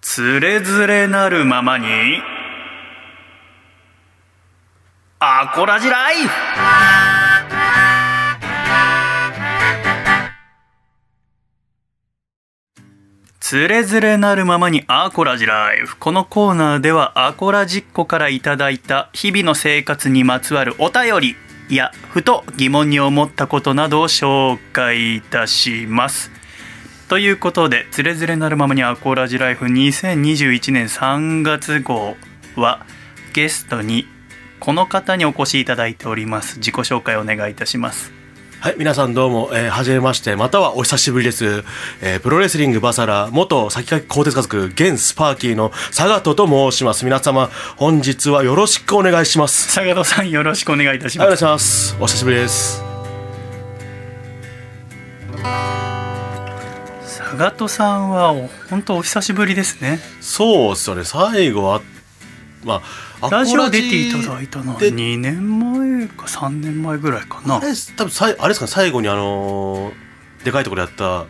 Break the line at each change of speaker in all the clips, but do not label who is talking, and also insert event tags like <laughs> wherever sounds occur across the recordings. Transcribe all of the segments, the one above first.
つれづれなるままにアコラジライフつれづれなるままにアコラジライフこのコーナーではアコラジっ子からいただいた日々の生活にまつわるお便りやふと疑問に思ったことなどを紹介いたしますということで「つれづれなるままにアコラジライフ」2021年3月号はゲストにこの方にお越しいただいております自己紹介お願いいたします
はい、皆さんどうも、えー、はじめまして、またはお久しぶりです。えー、プロレスリングバサラ、元先駆け鋼鉄家族、現スパーキーの佐賀戸と申します。皆様、本日はよろしくお願いします。
坂戸さんよろしくお願いいたし
はい、お
ま
願い
す
します。お久しぶりです。
坂戸さんはお本当お久しぶりですね
そうっすよね、最後は、まあ、アコ
ラ
ラ
ジ
ジ
オ出ていただいたのは
で
2年前か3年前ぐらいかな
あれ、多分さいあれですかね、最後にあのーでかいところでやった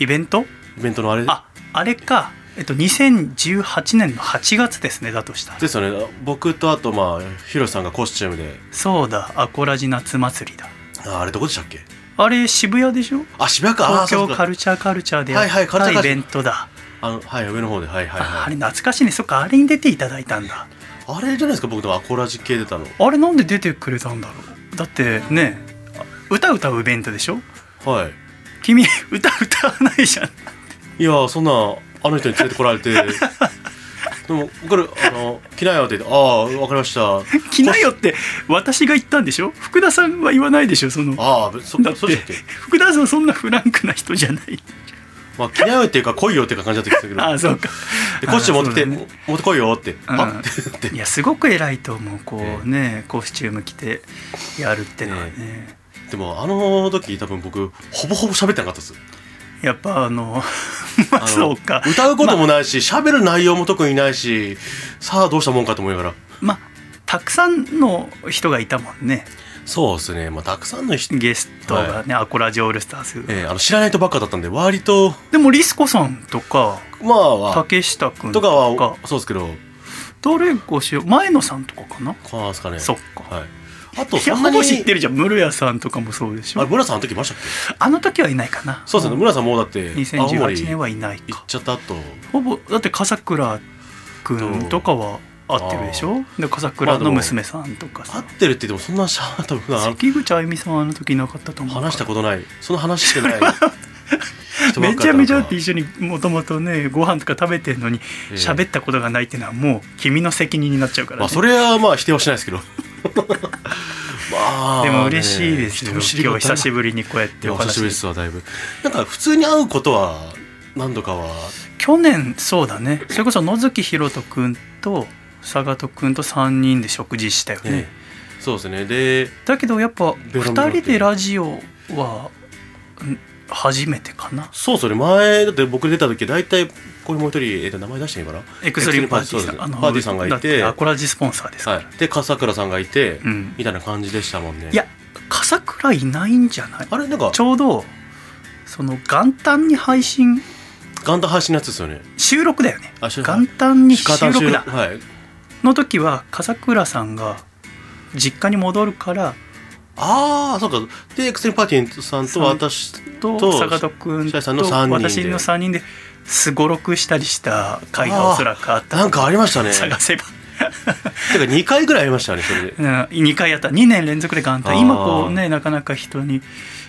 イベント
イベントのあれ
ああれかえっと2018年の8月ですねだとしたら
ですよね、僕とあと、まあ、ヒロシさんがコスチュームで、
そうだアコラジ夏祭りだ
ああれどこでしたっけ
あれ渋谷でしょ
あ、渋谷か、あー
東京
そうか
カルチャーカルチャーでやっ
はいはいカル
た
チャ
イ
ーカルチャ
ベ
ー
ントだ
あの、はい、上の方で、はいはいはい
あ。あれ懐かしいねそっかあれに出ていただいたんだ
あれじゃないですか僕とアコラジ系出たの
あれなんで出てくれたんだろうだってねあ歌歌うイベントでしょ
は
君歌歌わないじゃん
いいやーそんなあの人に連れてこ
<laughs>
られてでも「これあの着ないよ」って言って「ああわかりました」
着なよって私が言ったんでしょ福田さんは言わないでしょその
ああそ
だっ
そうで
て
したっけ、
福田さんそんなフランクな人じゃない。
まあ、着ないよっていうか来いよっていう感じだったんですけど
ああ、そうか。
でコスチューム持ってきて、
あーそうだね
持ってこいよって、あって言って
いや、すごく偉いと思う。こうね、コスチューム着てやるってのはね。
でもあの時多分僕ほぼほぼ喋ってなかったです
やっぱあの、 <laughs> まあ
あの
そうか。
歌うこともないし喋、る内容も特にないしさあどうしたもんかと思いながら
まあ、たくさんの人がいたもんね。
そうですねまあたくさんの人、
ゲストがね、アコラジオールスターズ。
えーあの知らない人ばっかだったんで割と
でも、リスコさんとか、
まあは
竹下くん
と
と
か
か、
はそうですけど
どれごしよう、前野さんとかかな。
こうなんですかね
そっか。
はいあと
いや、
そん
ほ
なに
ぼ知ってるじゃん。室屋さんとかもそうでし
あれ
ょ。
村さんあの時いましたっけ
あの時はいないかな。
そうですね村さんもうだって青森
2018年
行っ
はいないか
ちゃった後
ほぼだって笠倉くんとかは会ってるでしょで笠倉の娘さんとか
会
さ
ってるって言ってもそんなしゃ多分普段
関口あゆみさんはあの時いなかったと思うから
話したことないその
<laughs>
話してない人ばっ
め
か
ちゃ
りだったのか
めちゃだって一緒にもともとねご飯とか食べてんのに
ええ
喋ったことがないっていうのはもう君の責任になっちゃうから、ね
まあそれはまあ否定はしないですけど <laughs> まあ
でも嬉しいですよ、
ね人見知り
今
が
日久し
ぶ
ぶりにこうやってお
久し
話
ぶりですわだいぶなんか普通に会うことは何度かは
去年そうだねそれこそ野月ひろとくんと佐賀とくんと3人で食事したよね、
ねそうですねで
だけどやっぱ
ベロンベロン
2人でラジオはん初めてかな
そうそれ前だって僕出た時大体これもう一人、えーと名前出していいかな
エクストリームパーティーさん
そうですねパーティーさんがいて
だってアコラジスポンサーですから、
はい、で笠倉さんがいて、
うん
みたいな感じでしたもんね
いや笠倉いないんじゃない
あれなんか
ちょうどその元旦に配信
元旦配信のやつですよね
収録だよね
あ収
元
録
旦に収録だ
はい
の時は笠倉さんが実家に戻るから
ああそうかでエクセルパーティーさんと私
と
と
坂戸君
白
と
井さんの三人で
私の3人ですごろくしたりした回がおそらくあった
なんかありましたね
探せば。
てか2回ぐらいありましたねそれで
うん、2回やった2年連続で元
あ
旦
ー
今こうねなかなか人に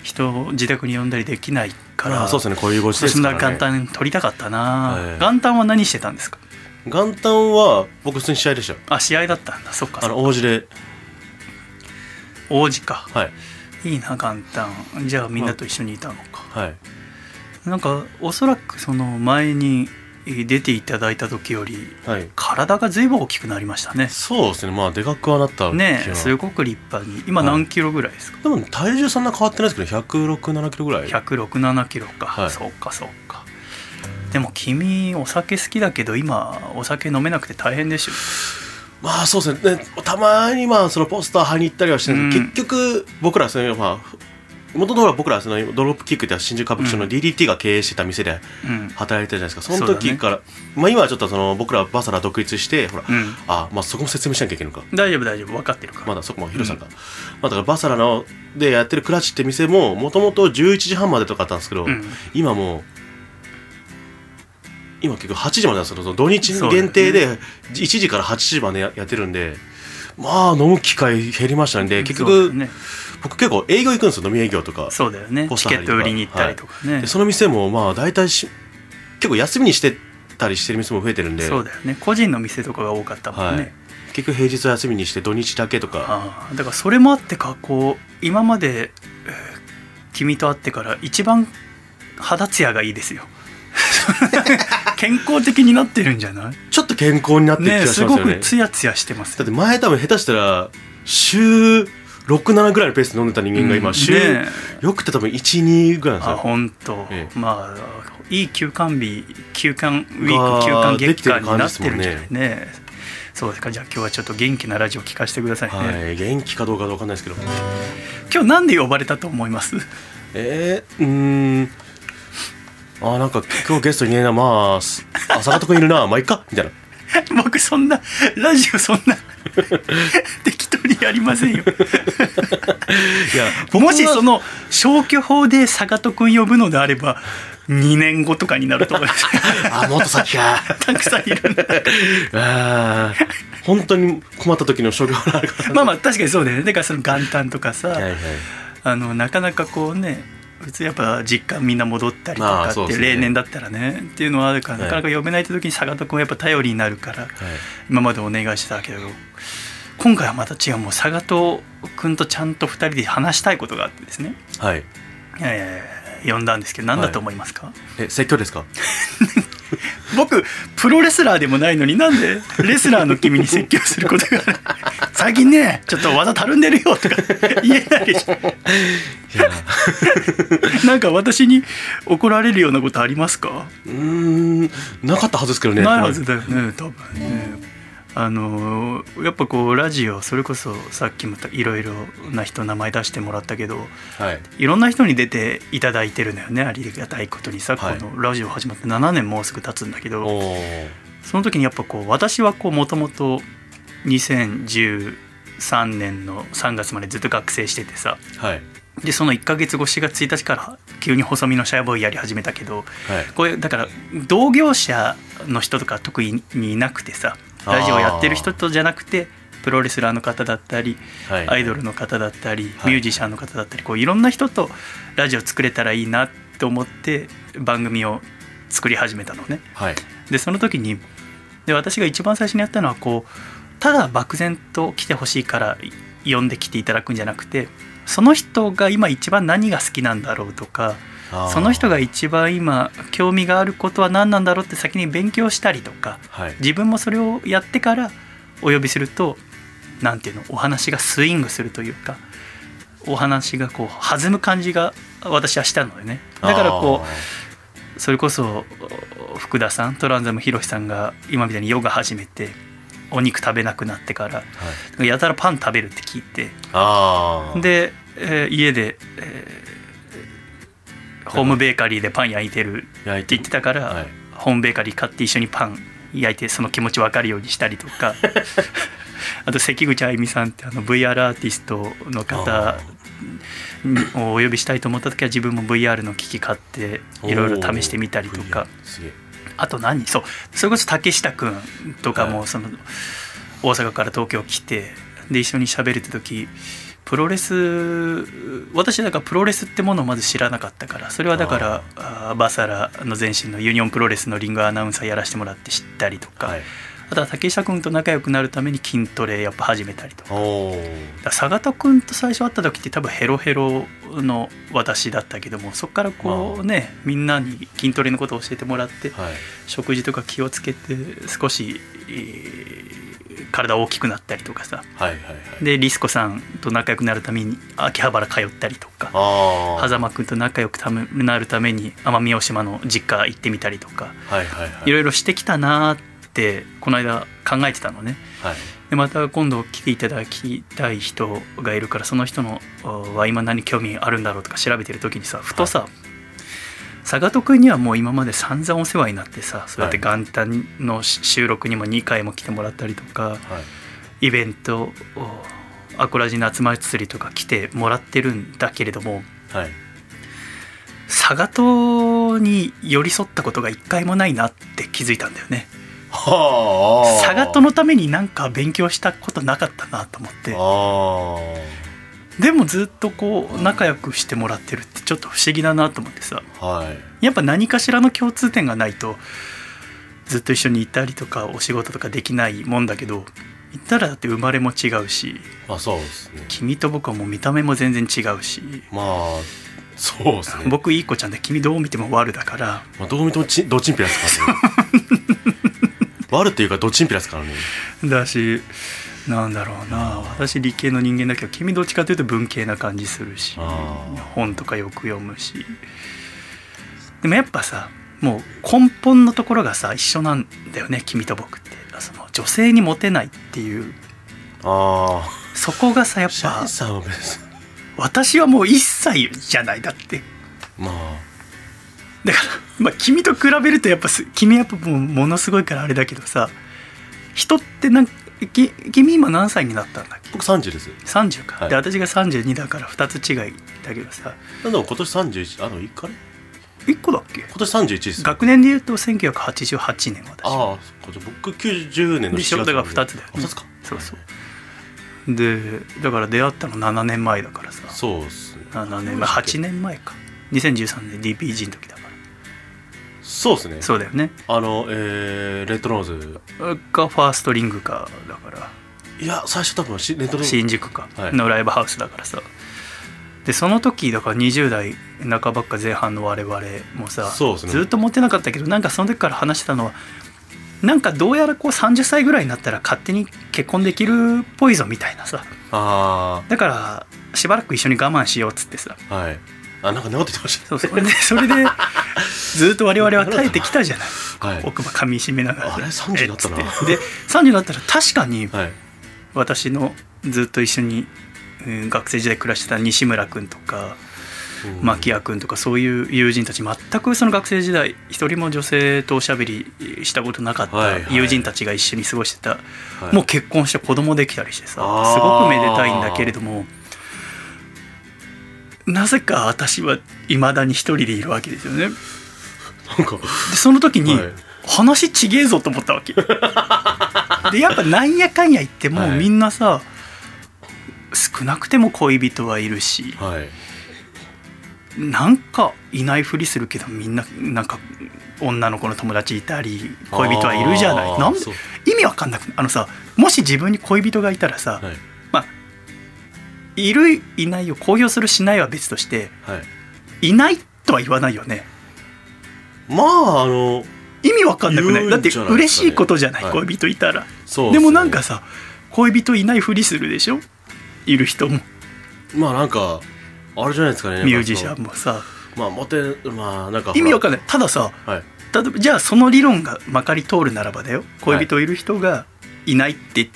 人を自宅に呼んだりできないから
あーそうですねこういうご時世ですから、ね、
元旦取りたかったな、
はい
元旦は何してたんですか
元旦は僕普通に試合でしたよ
あ試合だったんだそっか
あの王子で
王子か
はい
いいな元旦じゃあみんなと一緒にいたのか、
はい
なんかおそらくその前にえー出ていただいた時より
はい
体が随分大きくなりましたね
そうですねまあでかくはなった気は
ねえすごく立派に今
はい
何キロぐらいですか、
でも体重そんな変わってないですけど106、7キロぐらい
167キロか、
はい
そうかそうかでも君お酒好きだけど今お酒飲めなくて大変でしょ
まあそうですねねたまにまあそのポスター貼りに行ったりはしてるんですけど、
うん
結局僕らはそのまあ元々は僕らそのドロップキックって新宿歌舞伎町の DDT が経営してた店で
うん
働いてたじゃないですかその
そうだね
時から、まあ今はちょっとその僕らバサラ独立してほら、
うん
あまあそこも説明しなきゃいけないのか
大丈夫大丈夫分かってるから、
まだそこもヒロさんが、まあだからバサラのでやってるクラッチって店ももともと11時半までとかあったんですけど、
うん
今もう今結局8時までなんですよその土日限定で1時から8時までややってるんでまあ飲む機会減りましたんで結
そう
局、
だよね
僕結構営業行くんですよ飲み営業とか
そうだよね
ポス
チ
ター
ケ
貼
ッ
りと
ト
か
売りに行ったりとかね、
で
そ
その店もまあ大体し結構休みにしてたりしてる店も増えてるんで
うだよね個人の店とかが多かったもんね、
はい結局平日は休みにして土日だけとか
ああだからそれもあってかこう今まで、えー君と会ってから一番肌ツヤがいいですよ <laughs> 健康的になってるんじゃない
ちょっと健康になってる気
ね
がし
す
ます
ご
よね
くツヤツヤしてます
だって前多分下手したら週67ぐらいのペースで飲んでた人間が
う
今
ん
週、
ね
よくて多分12ぐらいなん
あ
ですよ
本当、
ええ
まあいい休館日休館ウィー
が
ク休館
でき
月
て
間
る
に
感
な
じで
っ
すも
てる
ん
ん
ね
じゃないねそうですかじゃあ今日はちょっと元気なラジオ聞かせてくださいね、
はい元気かどうかわかんないですけど
今日なんで呼ばれたと思います <laughs>
えー、うーんあーなんか今日ゲストいねえなまあす朝方くんいるなまあいっかみたいな
僕そんなラジオそ
<laughs>
んな適当にやりませんよ
いや
<laughs> もしそ
の
の消去法で坂戸くん呼ぶのであれば2年後とかになると思
<laughs>
います
あーもっと先か
たくさんいるんだ
<laughs> あー本当に困った時の職業があるから
まあまあ確かにそうだよねだからその元旦とかさ、
はいはい
あのなかなかこうね普通やっぱ実家みんな戻ったりと
ま
か
あそう
っ
で
て
すね
例年だったらねっていうのはあるから
はい
なかなか呼べないって時に坂戸君はやっぱ頼りになるから
はい
今までお願いしてたけど今回はまた違うもう坂戸君とちゃんと2人で話したいことがあってですね、
はい
えー呼んだんですけど何だと思いますか、
え説教ですか
<laughs> 僕プロレスラーでもないのになんでレスラーの君に説教することが
<laughs>
最近ねちょっと技たるんでるよとか <laughs> 言えないでしょ
いや
なんか私に怒られるようなことありますか、
うーんなかったはずですけどね
ないはずだよね多分ね。あのーやっぱこうラジオそれこそさっきもいろいろな人名前出してもらったけど
はい
いろんな人に出ていただいてるのよねありがたいことにさ、
はい
このラジオ始まって7年もうすぐ経つんだけど
おー
その時にやっぱこう私はこうもともと2013年の3月までずっと学生しててさ
はい
でその1ヶ月後4月1日から急に細身のシャイボーイやり始めたけど
はい
これだから同業者の人とか特にいなくてさラジオやってる人とじゃなくてプロレスラーの方だったり
はい
アイドルの方だったりミ
はい
ュージシャンの方だったりこういろんな人とラジオ作れたらいいなと思って番組を作り始めたのね。
はい
でその時にで私が一番最初にやったのはこうただ漠然と来てほしいからい呼んできていただくんじゃなくてその人が今一番何が好きなんだろうとか
あー
その人が一番今興味があることは何なんだろうって先に勉強したりとか
はい
自分もそれをやってからお呼びすると何ていうのお話がスイングするというかお話がこう弾む感じが私はしたのでねだからこうそれこそお福田さんトランザムヒロシさんが今みたいにヨガ始めてお肉食べなくなってから
うはい
やたらパン食べるって聞いて
あー
で、えー家で、えーホームベーカリーでパン焼いてる
焼い
って言ってたから、
はい
ホームベーカリー買って一緒にパン焼いてその気持ち分かるようにしたりと
<laughs>
かあと関口あゆみさんってあの VR アーティストの方
あ
をお呼びしたいと思った時は自分も VR の機器買っていろいろ試してみたりとか
おーすげえ
あと何そうそれこそ竹下くんとか
は
もその大阪から東京来てで一緒に喋るって時プロレス私だからプロレスってものをまず知らなかったからそれはだからあーバサラの前身のユニオンプロレスのリングアナウンサーやらせてもらって知ったりとか、
はい
あとは竹下くんと仲良くなるために筋トレやっぱ始めたりとか。
おー
だから佐賀田君と最初会った時って多分ヘロヘロの私だったけどもそこからこうねみんなに筋トレのことを教えてもらって
はい
食事とか気をつけて少し、えー体大きくなったりとかさ
はいはいはい
でリスコさんと仲良くなるために秋葉原通ったりとか
あー
狭間くんと仲良くためなるために奄美大島の実家行ってみたりとか
はいはいはい
いろいろしてきたなーっってこの間考えてたのね
はい
でまた今度来ていただきたい人がいるからその人のおは今何興味あるんだろうとか調べてる時にさふとさ、佐賀徳にはもう今まで散々お世話になってさそうやって元旦のし収録にも2回も来てもらったりとか
はい
イベントおアコラジの集まりつりとか来てもらってるんだけれども
はい
佐賀島に寄り添ったことが一回もないなって気づいたんだよね
はあ
佐賀島のためになんか勉強したことなかったなと思って
あ
でもずっとこう仲良くしてもらってるってちょっと不思議だなと思ってさ
あはい
やっぱ何かしらの共通点がないとずっと一緒にいたりとかお仕事とかできないもんだけど行ったらだって生まれも違うし
まあそうですね
君と僕はもう見た目も全然違うし
まあそうですね
僕いい子ちゃんで君どう見ても悪だから
まあ、どう見てもちドチンピラです
<laughs>
からね悪っていうかドチンピラですからね
だしなんだろうな私理系の人間だけど君どっちかというと文系な感じするし
あー
本とかよく読むしでもやっぱさもう根本のところがさ一緒なんだよね君と僕ってその女性にモテないっていう
ああ
そこがさやっ
シャ
ぱ
イさんは別に
私はもう一切じゃないだって
まあ
だから、まあ、君と比べるとやっぱす君はやっぱもうものすごいからあれだけどさ人ってなんかき君今何歳になったんだっけ
僕30です
30か、
はい
で私が32だから2つ違いだけどさ
なんだろう今年31あのいかれ
1個だっけ
今年31です
学年で言うと1988年私
ああそっかじゃあ僕90年の
で仕
4
事
月
が2つだよ、
あ二つか
そうそうでだから出会ったの7年前だからさ
そうっすね
7年前8年前か2013年 DPG の時だから
そうですね
そうだよね
あのえー、レッドノーズ
がファーストリングかだから
いや最初多分しレッドノーズ
新宿か
はい
のライブハウスだからさ、でその時だから20代半ばっか前半の我々もさ
そうですね
ずっと持ってなかったけどなんかその時から話してたのはなんかどうやらこう30歳ぐらいになったら勝手に結婚できるっぽいぞみたいなさ
あ
だからしばらく一緒に我慢しようっつってさ
あはいあなんか長く言ってまし
そうそうでそれでずっと我々は耐えてきたじゃない
たはい
奥歯噛みしめながら
あれ30になったな
えつってで30になったら確かに
はい
私のずっと一緒に、うん学生時代暮らしてた西村君とか
うん
牧谷君とかそういう友人たち全くその学生時代一人も女性とおしゃべりしたことなかっ
はい
た
はい
友人たちが一緒に過ごしてた、
はい
もう結婚して子供できたりしてさ
あー
すごくめでたいんだけれどもなぜか私はいまだに一人でいるわけですよね。
なんか
でその時に、
はい
話ちげえぞと思った
<laughs>
わけでやっぱなんやかんや言ってもう
はい
みんなさ、少なくても恋人はいるし
はい
なんかいないふりするけどみんななんか女の子の友達いたり恋人はいるじゃな
あ
い
ー
なんで
そう
意味わかんなくあのさもし自分に恋人がいたらさ、
はい
い、るいないを公表するしないは別として
はい
いないとは言わないよね
まああの
意味わかんなくない
言
だ
う
っ
んじ
て
ゃないですかね
嬉しいことじゃない、
はい
恋人いたら。
そう
で
っすね
もなんかさ恋人いないふりするでしょいる人も
まあなんかあれじゃないですかね
ミュージシ
なん
ャ
か
ンもさ
そのまあモテまあなんか
意味わか
ん
んないたださ
はい
例えばじゃあその理論がまかり通るならばだよ恋人いる人がいないって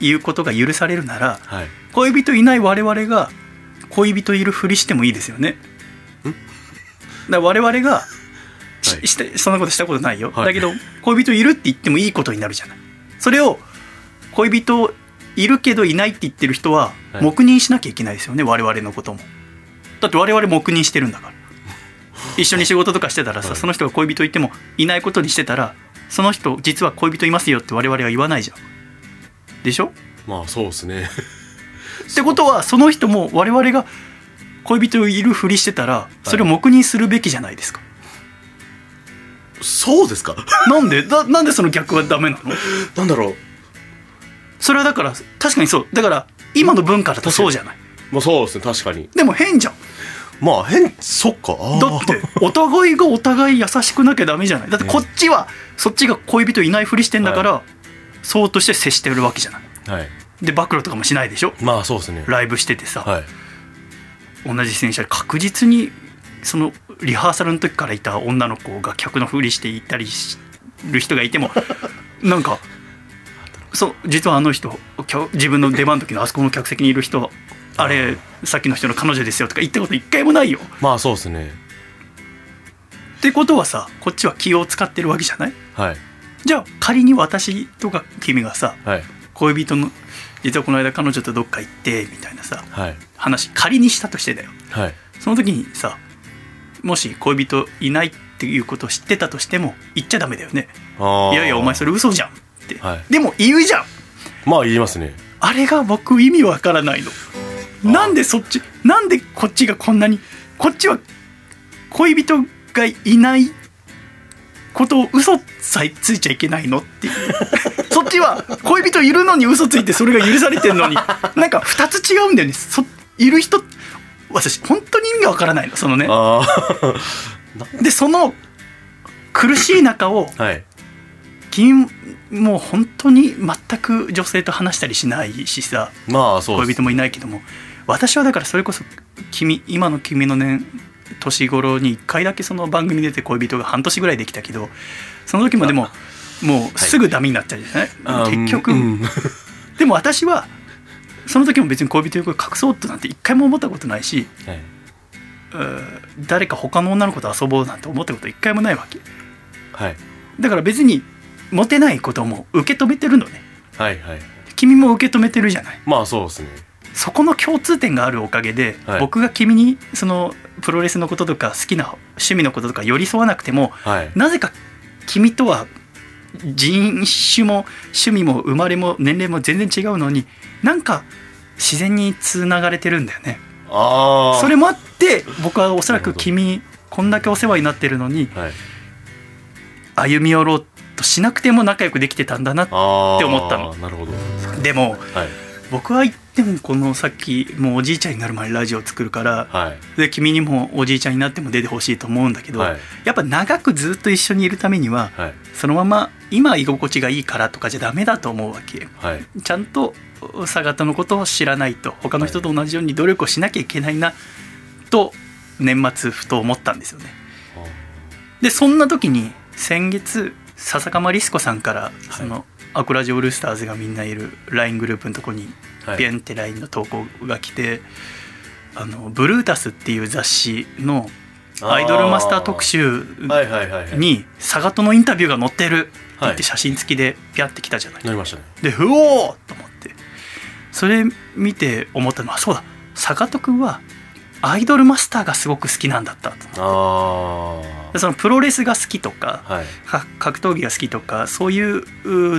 いうことが許されるなら
はい
恋人いない我々が恋人いるふりしてもいいですよねだから我々がし
はい
してそんなことしたことないよ、
はい
だけど恋人いるって言ってもいいことになるじゃないそれを恋人いるけどいないって言ってる人は
はい
黙認しなきゃいけないですよね、我々のこともだって我々黙認してるんだから
<laughs>
一緒に仕事とかしてたらさ、
はい
その人が恋人いてもいないことにしてたらその人実は恋人いますよって我々は言わないじゃんでしょ
まあそうですね
ってことはその人も我々が恋人いるふりしてたらそれを黙認するべきじゃないですか、
そうですか
なんで <laughs> だなんでその逆はダメなの
<laughs> なんだろう
それはだから確かにそうだから今の文化だとそうじゃない
まあそうですね確かに
でも変じゃん
まあ変そっかあー
だってお互いがお互い優しくなきゃダメじゃないだってこっちはそっちが恋人いないふりしてんだから、そうとして接してるわけじゃない
はい
で暴露とかもしないでしょ
まあそうですね
ライブしててさ、
はい
同じ戦車で確実にそのリハーサルの時からいた女の子が客のふりしていたりする人がいてもなんかそう実はあの人今日自分の出番の時のあそこの客席にいる人あれさっきの人の彼女ですよとか言ったこと一回もないよ
まあそうですね
ってことはさこっちは気を使ってるわけじゃない
はい
じゃあ仮に私とか君がさ
はい
恋人の実はこの間彼女とどっか行ってみたいなさ
はい
話仮にしたとしてだよ
はい
その時にさもし恋人いないっていうことを知ってたとしても言っちゃダメだよね
あ
いやいやお前そ
れ
れ嘘じゃんって、
はい
でも言うじゃん
まあ言いますね
あれが僕意味わからないの
ー
なんでそっちなんでこっちがこんなにこっちは恋人がいないことを嘘さえついちゃいけないのっていう
<laughs>
そっちは恋人いるのに嘘ついてそれが許されてるの
<laughs>
になんか2つ違うんだよねそいる人私本当に意味がわからないのそのね
ああ
でその苦しい中を
<laughs> はい
君もう本当に全く女性と話したりしないしさ
まあそうで
恋
す
人もいないけども私はだからそれこそ君今の君のね年頃に1回だけその番組に出て恋人が半年ぐらいできたけどその時もでももうすぐダメになっちゃうじゃ
あ
ない、
ー
結局、
うんうん
でも私はその時も別に恋人を隠そうとなんて一回も思ったことないし
はい、
うー誰か他の女の子と遊ぼうなんて思ったこと一回もないわけ
はい
だから別にモテないことも受け止めてるのね
はいはい
君も受け止めてるじゃない
まあそうですね
そこの共通点があるおかげで、
はい
僕が君にそのプロレスのこととか好きな趣味のこととか寄り添わなくても
はい
なぜか君とは人種も趣味も生まれも年齢も全然違うのになんか自然につながれてるんだよね
ああ
それもあって僕はおそら
なる
く
ほど
君こんだけお世話になってるのに
はい
歩み寄ろうとしなくても仲良くできてたんだな
あー
って思ったの
なるほど
でも
はい
僕は言ってもこのさっきもうおじいちゃんになる前にラジオ作るから
はい
で君にもおじいちゃんになっても出てほしいと思うんだけど、
はい
やっぱ長くずっと一緒にいるためには
はい
そのまま今居心地がいいからとかじゃダメだと思うわけ
はい
ちゃんと佐賀田のことを知らないと他の人と同じように努力をしなきゃいけないなと年末ふと思ったんですよねでそんな時に先月笹釜リスコさんからその、アコラジオールスターズがみんないる LINE グループのとこに
はい
ビュンって LINE の投稿が来て「あのブルータス」っていう雑誌のアイドルマスター特集
はいはいはいはい
に佐賀とのインタビューが載ってるって言っ
はい
て写真付きでピャって来たじゃない。
なりましたね
でうおーと思ってそれ見て思ったのはそうだ佐賀とくんはアイドルマスターがすごく好きなんだったと
あ
でそのプロレスが好きとか
あはい
か格闘技が好きとかそういう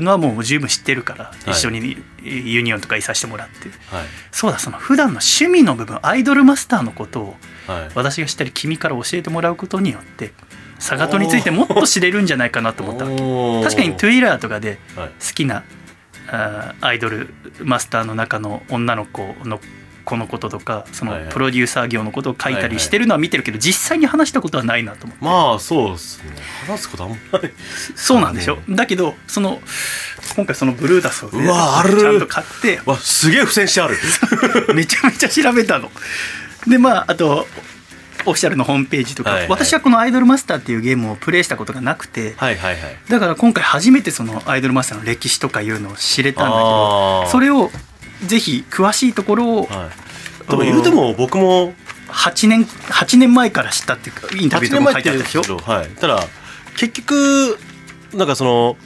のはもう十分知ってるから、
い
一緒にユニオンとかいさせてもらって
はい
そうだその普段の趣味の部分アイドルマスターのことを
はい
私が知ったり君から教えてもらうことによってサガトについてもっと知れるんじゃないかなと思ったわけ
おー
確かに Twitter とかで
はい
好きなあーアイドルマスターの中の女の子の子のこととかそ
はいは
の
い
プロデューサー業のことを書いたりしてるのは見てるけど実際に話したことはないなと思って。
まあそうですね話すことあんま
<laughs>
り
そうなんでしょ、だけどその今回そのブルーダスをね、
うわある
ちゃんと買って
わすげえ付箋してあ
<laughs>
る
めちゃめちゃ調べたの。でまああとオフィシャルのホームページとか、
はいはい
私はこの「アイドルマスター」っていうゲームをプレイしたことがなくて
はいはいはい
だから今回初めてその「アイドルマスター」の歴史とかいうのを知れたんだけ
あ
ど
ー
それをぜひ詳しいところを
はいでも言うても僕も
8年8年前から知ったっていうかインタビュー
8
と
年
か
前
書
っ
いてあったで
て言うんで
し
す
ょ
けどはいただ結局なんかその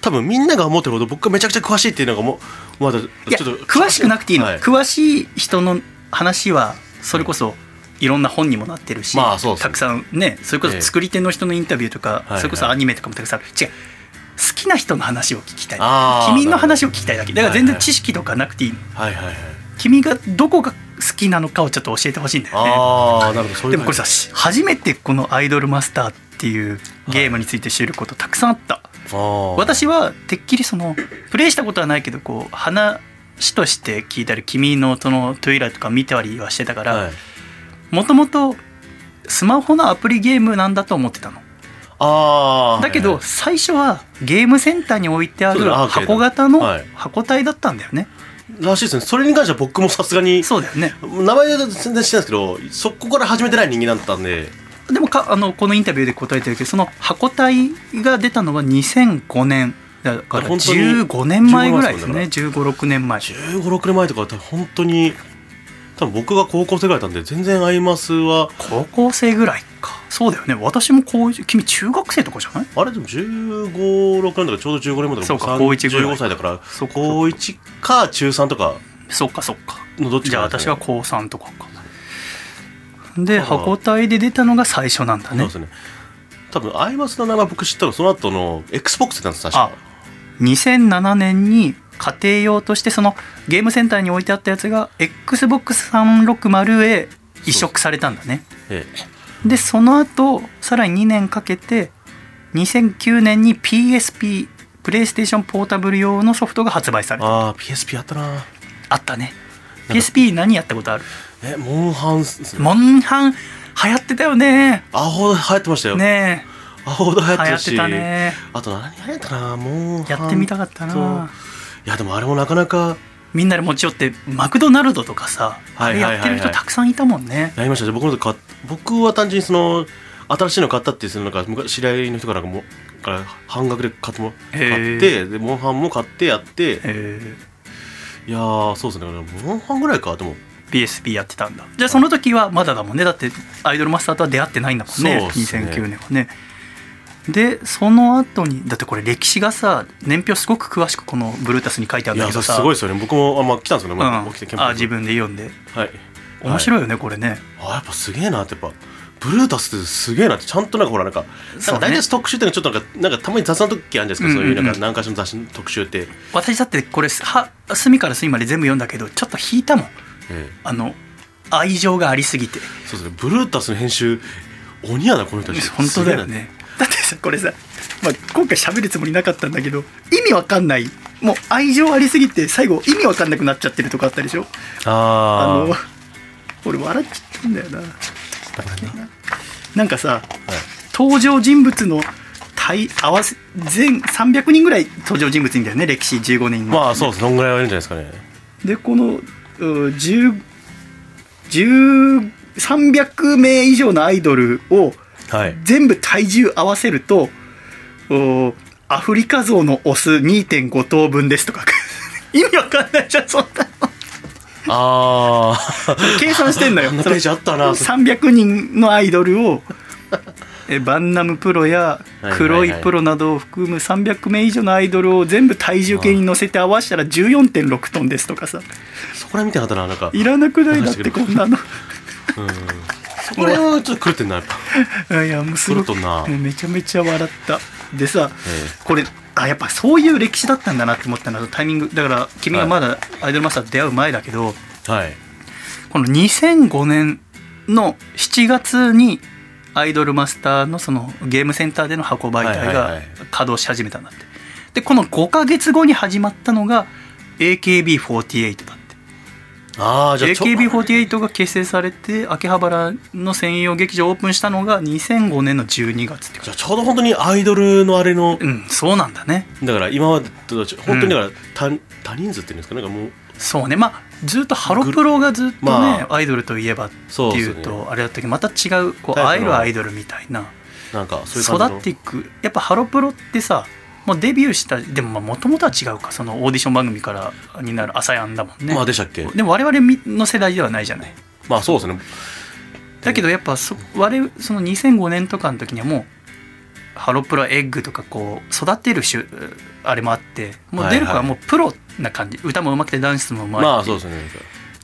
多分みんなが思ってるほど僕がめちゃくちゃ詳しいっていうのがもうまだちょ
いや
っと
詳しくなくていいの、
はい
詳しい人の話はそれこそいろんな本にもなってるし、
まあそうですね
たくさんねそれこ
え
そ
え
作り手の人のインタビューとか、
いはい
それこそアニメとかもたくさんある、違う好きな人の話を聞きたい
あー
君の話を聞きたいだけだから全
はい
然
はい
知識とかなくていいの、
はいはいはい
君がどこが好きなのかをちょっと教えてほしいんだよね
ああなるほどそうい
で
う
もこれさし初めてこの「アイドルマスター」っていうゲームについて知ることたくさんあった、私
私
はてっきりそのプレイしたことはないけどこう話として聞いたり君のそのトゥイラとか見たりはしてたから
はい
もともとスマホのアプリゲームなんだと思ってたの
ああ
だけど最初はゲームセンターに置いてあ
そ
る
うだアーケード
箱型の
はい
箱体だったんだよね
らしいですねそれに関しては僕もさすがに
そうだよね
名前は全然知らないですけどそこから始めてない人間だったんで
でもかあのこのインタビューで答えてるけどその箱体が出たのは2005年だから
本当に
15年前ぐらいですね
15
15、6年前
1 5 6年前とか本当に多分僕が高校生ぐらいだったんで全然アイマスは
高校生ぐらいかそうだよね私もこう君中学生とかじゃない
あれでも1 5 6年とかちょうど15年前とか
そうか
僕
高一ぐらい
15歳だから
そうか
高1か中3とか
そっかそっか
のどっち
じゃあ
かですね
私は高3とかかで
だから
箱体で出たのが最初なんだ
そう
ね
ですね多分アイマスの名前僕知ったのその後の XBOX なんです確
あ
か
2007年に家庭用としてそのゲームセンターに置いてあったやつが XBOX360 へ移植されたんだね
ええ
でその後さらに2年かけて2009年に PSP プレイステーションポータブル用のソフトが発売されたあ
ああ PSP あったな
ったね
なんか
PSP 何やったことある
えモンハンですね
モンハン流行ってたよね
アホ流行ってましたよ、
ね
アホ流
え
行って
流行
た
っ
して
たね
あと何流行ったなモンハン
やってみたかったな
といやでもあれもなかなか
みんなで持ち寄ってマクドナルドとかさあれやってる
はいはいは
人
いはい
たくさんいたもんね
やりましたね僕の買っ僕は単純にその新しいの買ったってそのなんか昔知り合いの人からなんかもから半額で買っても
へ
買
ー
ってでモンハンも買ってやって
えー
いやーそうですねモンハンぐらいかでも
PSP やってたんだじゃあその時はまだだもんねだってアイドルマスターとは出会ってないんだもんね
そうっすね
2009年はねでその後にだってこれ歴史がさ年表すごく詳しくこのブルータスに書いてあ
い
るんだ
や
け
そ
ど
れ
さ
すごいですよね僕もあまあ来たんですよね、
うん、
ま
あ
起きて憲法
自分で読んで
はい
面白いよね、これね
あやっぱすげえなってやっぱブルータスってすげえなってちゃんとなんかほらなんか
そう
なん
ね
か大体特集ってのはちょっとなんかなんかたまに雑な時あるんですけど、
うんうんうん
そういうなんか何かしらの雑誌の特集って、
私だってこれは隅から隅まで全部読んだけどちょっと引いたもんあの愛情がありすぎて
そうですねブルータスの編集鬼やなこの人たち
<laughs> 本当だよねだってさこれさ、まあ、今回喋るつもりなかったんだけど意味わかんないもう愛情ありすぎて最後意味わかんなくなっちゃってるとかあったでしょあ
ああ
の俺笑っちゃったんだよななんかさ登場人物の対合わせ全300人ぐらい登場人物いんだよね歴史15年の
まあそうですそんぐらいはいるんじゃないですかね
でこのうん10 10 300名以上のアイドルを
はい
全部体重合わせるとおアフリカゾウのオス2.5頭分ですとか <laughs> 意味わかんないじゃんそんなの
あ
<laughs> 計算してんのよ
あんなページあったな
その300人のアイドルをえバンナムプロや
はいはい
黒いプロなどを含む300名以上のアイドルを全部体重計に乗せて合わせたら14.6トンですとかさ
そこら辺見てなかったななんか
いらなくないだってこんなの
そこら辺はちょっと狂ってんなやっぱ
いやも <laughs> うすご
狂
く
っとんな
もうめちゃめちゃ笑ったでさ、
え
これあやっぱそういう歴史だったんだなって思ったのはタイミングだから君がまだアイドルマスターと出会う前だけど、
はい
この2005年の7月にアイドルマスターのそのゲームセンターでの箱媒体
はいはいは
が
い
稼働し始めたんだってでこの5ヶ月後に始まったのが AKB48 だって
ああじゃあちょ
AKB48 が結成されて秋葉原の専用劇場をオープンしたのが2005年の12月ってこ
じゃあちょうど本当にアイドルのあれの
とうんそうなんだね
だから今までとはちょ本当にだから多,、多人数っていうんですかなんかもう
そうねまあずっとハロプロがずっとね、
ま
アイドルといえばって
そうで
い
す
う
ね
とあれだったけどまた違うこう
タ
会
イ
え
プの
るアイドルみたいな
なんかそういう感じ
育
の
っていくやっぱハロプロってさもうデビューしたでももともとは違うかそのオーディション番組からになる「朝やん」だもんね、
まあでしたっけ
でも我々みの世代ではないじゃない
まあそうですね
だけどやっぱそ我々その2005年とかの時にはもうハロプロエッグとかこう育てる種あれもあってもう出る子はもうプロな感じ、歌も上手くてダンスも上手いっていう
まあそうですねなんか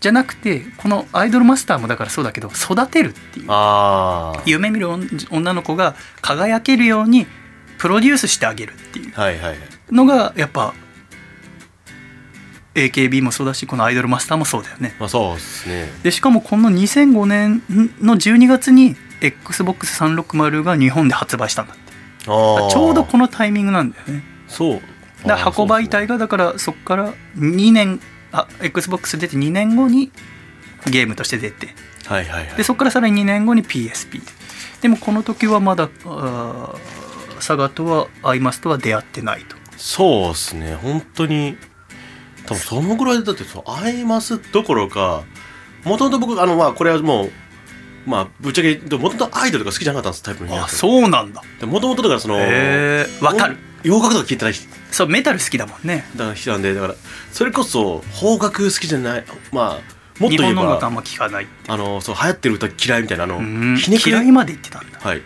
じゃなくてこのアイドルマスターもだからそうだけど育てるっていう
ああ
夢見る女の子が輝けるようにプロデュースしてあげるっていう
はいはいはい
のがやっぱ AKB もそうだしこのアイドルマスターもそうだよね
まあそうですね
でしかもこの2005年の12月に XBOX360 が日本で発売したんだって
ああ
ちょうどこのタイミングなんだよね
そう
だから箱媒体がだからそこから2年あ XBOX 出て2年後にゲームとして出て
はいはいはい
でそこからさらに2年後に PSP でもこの時はまだあーサガとはアイマスとは出会ってないと
そうですね本当に多分そのぐらいでだってそうアイマスどころかもともと僕あのまあこれはもうまあぶっちゃけもともとアイドルが好きじゃなかったんですタイプの人
そうなんだ
もともとだからその
へえわかる
洋楽とか聞いてない人
そうメタル好きだもんね
だから人なんでだからそれこそ邦楽好きじゃないまあもっと
日
言
本
え
の音楽あん
ば
ま聞かない
あのそう流行ってる歌嫌いみたいなあの
うん
ひねくれ
嫌いまで言ってたんだ
はい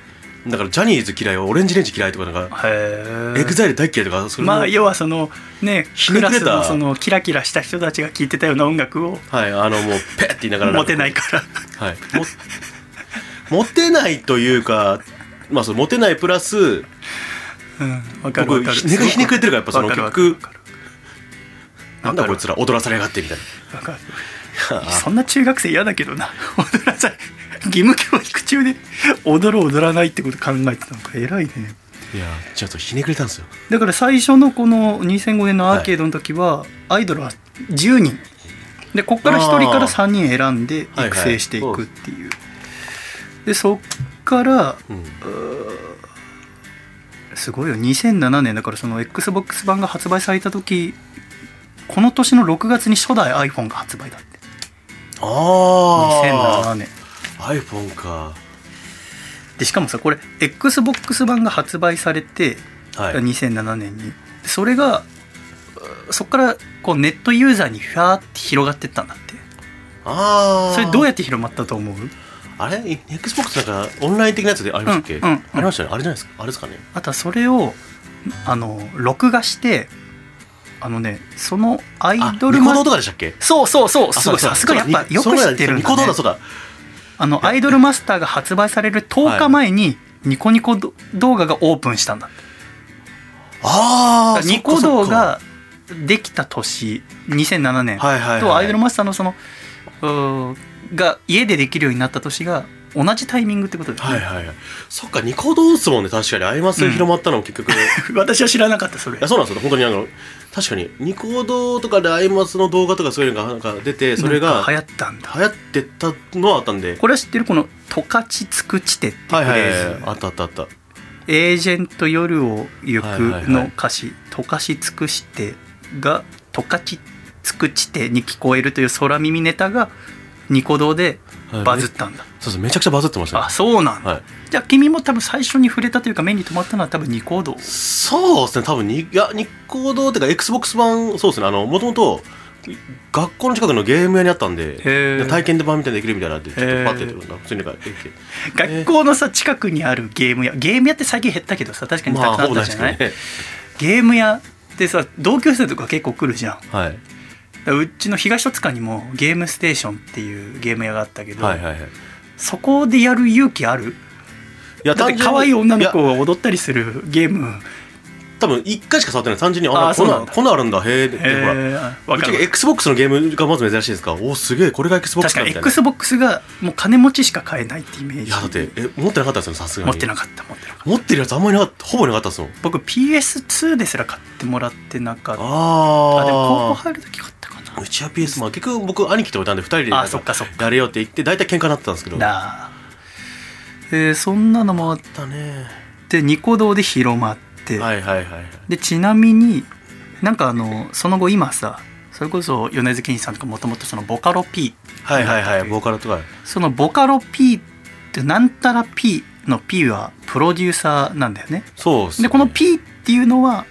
だからジャニーズ嫌いオレンジレンジ嫌いとかなんか
へえ
エグザイル大嫌いとかそれも
まあ要はそのね
ひね
ク
くれ
ラ
た
スのそのキラキラした人たちが聴いてたような音楽を
はいあのもうペッって言いながら
モテない
か
から
はいもモテないというかまあそのモテないプラス
うんわかるわ
僕
かる
ひねくひねくれてるからやっぱその
わかるわ
結
かる
局なんだこいつら踊らされやがってみたいな
わかる <laughs> そんな中学生嫌だけどな踊らさ義務教育中で踊る踊らないってこと考えてたのか偉いね
いやちょっとひねくれたんですよ
だから最初のこの2005年のアーケードの時は、アイドルは10人でここから1人から3人選んで
あー
育成していくっていう、でそっから
うん
すごいよ2007年だからその XBOX 版が発売された時この年の6月に初代 iPhone が発売だって
あ
2007年
あ iPhone か
でしかもさこれ XBOX 版が発売されて、
はい
2007年にそれがうそこからこうネットユーザーにファーって広がってったんだって
ああ
それどうやって広まったと思う
あれ ?XBOX なんかオンライン的なやつでありましたっけ、
うんうん
ありましたねあれじゃないですかあれですかね
あとはそれをあの録画してあのねそのアイ
あ
ドル
ニコ
マ
動とかでしたっけ
そうそうそうすご
あ
い
そう
さ
だ
すがやっぱよ
そう
く
だ
知ってるん
ニコ動
だ、ね
だ、そうだ
あのアイドルマスターが発売される10日前にニコニコ動画がオープンしたんだって
あ
だ
あ
からニコ動ができた年2007年
はいはい、はい、
とアイドルマスターのそのうーが家でできるようになった年が同じタイミングってことですね、
はいはいはいそっかニコ動っすもんね確かにアイマスで広まったの
<laughs>
も結局、い
<laughs> 私は知らなかったそれ
やそうなんですよ本当にあの確かにニコ動とかでアイマスの動画とかそういうのがなんか出てそれ
なん
が
か流行ったんだ
流行ってたのはあったんで
これは知ってるこの「十勝つくちて」っていうフレ
はい
ーズ、
はいはいあったあったあった
エージェント夜を行く
はいはいはい
の歌詞「とかし尽くして」が「とかち尽くして」に聞こえるという空耳ネタがニコ動でバズったんだ、
そうそうめちゃくちゃバズってましたね
あそうなんだ、
はい
じゃあ君も多分最初に触れたというか目に留まったのは多分ニコ動
そうですね、多分に、いや、日光堂っていうか、Xbox 版、そうですね、あの、もともと、学校の近くのゲーム屋にあったん
へ
で、
ー
体験版みたいなのできるみたいなんで、ちょっと
へー
パッてやってるんだ、普通になんか、ええ
学校のさ近くにあるゲーム屋ゲーム屋って最近減ったけどさ確かに
ま
たく
あ、
さんあ
ほ
った
ぼないで
じゃ
す
ない,、
けどね。
ゲーム屋ってさ同級生とか結構来るじゃん
は
だ
い。
からうちの東戸塚にもゲームステーションっていうゲーム屋があったけど、
はいはいはい。
そこでやる勇気ある
いや
だって
単純に
可愛い女の子
や
が踊ったりするゲーム
多分一回しか触ってない単純にあ
あーそ
こん
うな
なん
だ
こんなんあるんだへえで
え
ほら
ーわ
う
か
ち
る
XBOX のゲームがまず珍しいですからおーすげえこれが
確
XBOX か
か
み
に
たいな
XBOX がもう金持ちしか買えないってイメー
い
ジ
やだってえ持ってなかったですよねさすがに
持ってなかった持ってなかった
持ってるやつあんまりなかったほぼいなかったですもん
僕 PS2 ですら買ってもらってなかった
あ
あでも高校
あ
入る時買ったかな
うちは PS まあ結局僕兄貴といたんで二人でなん
あそっかそっか
やれよって言って大体喧嘩になってたんですけどあっ
なあ、えーそんなのもあった
ね
てニコ動で広まって、
はいはいはいはい
でちなみになんかあのその後今さそれこそ米津玄師さんとかもともとそのボカロ P
はいはいはいボーカルとか
そのボカロ P ってなんたら P の P はプロデューサーなんだよね
そうっすね
でこの P っていうのは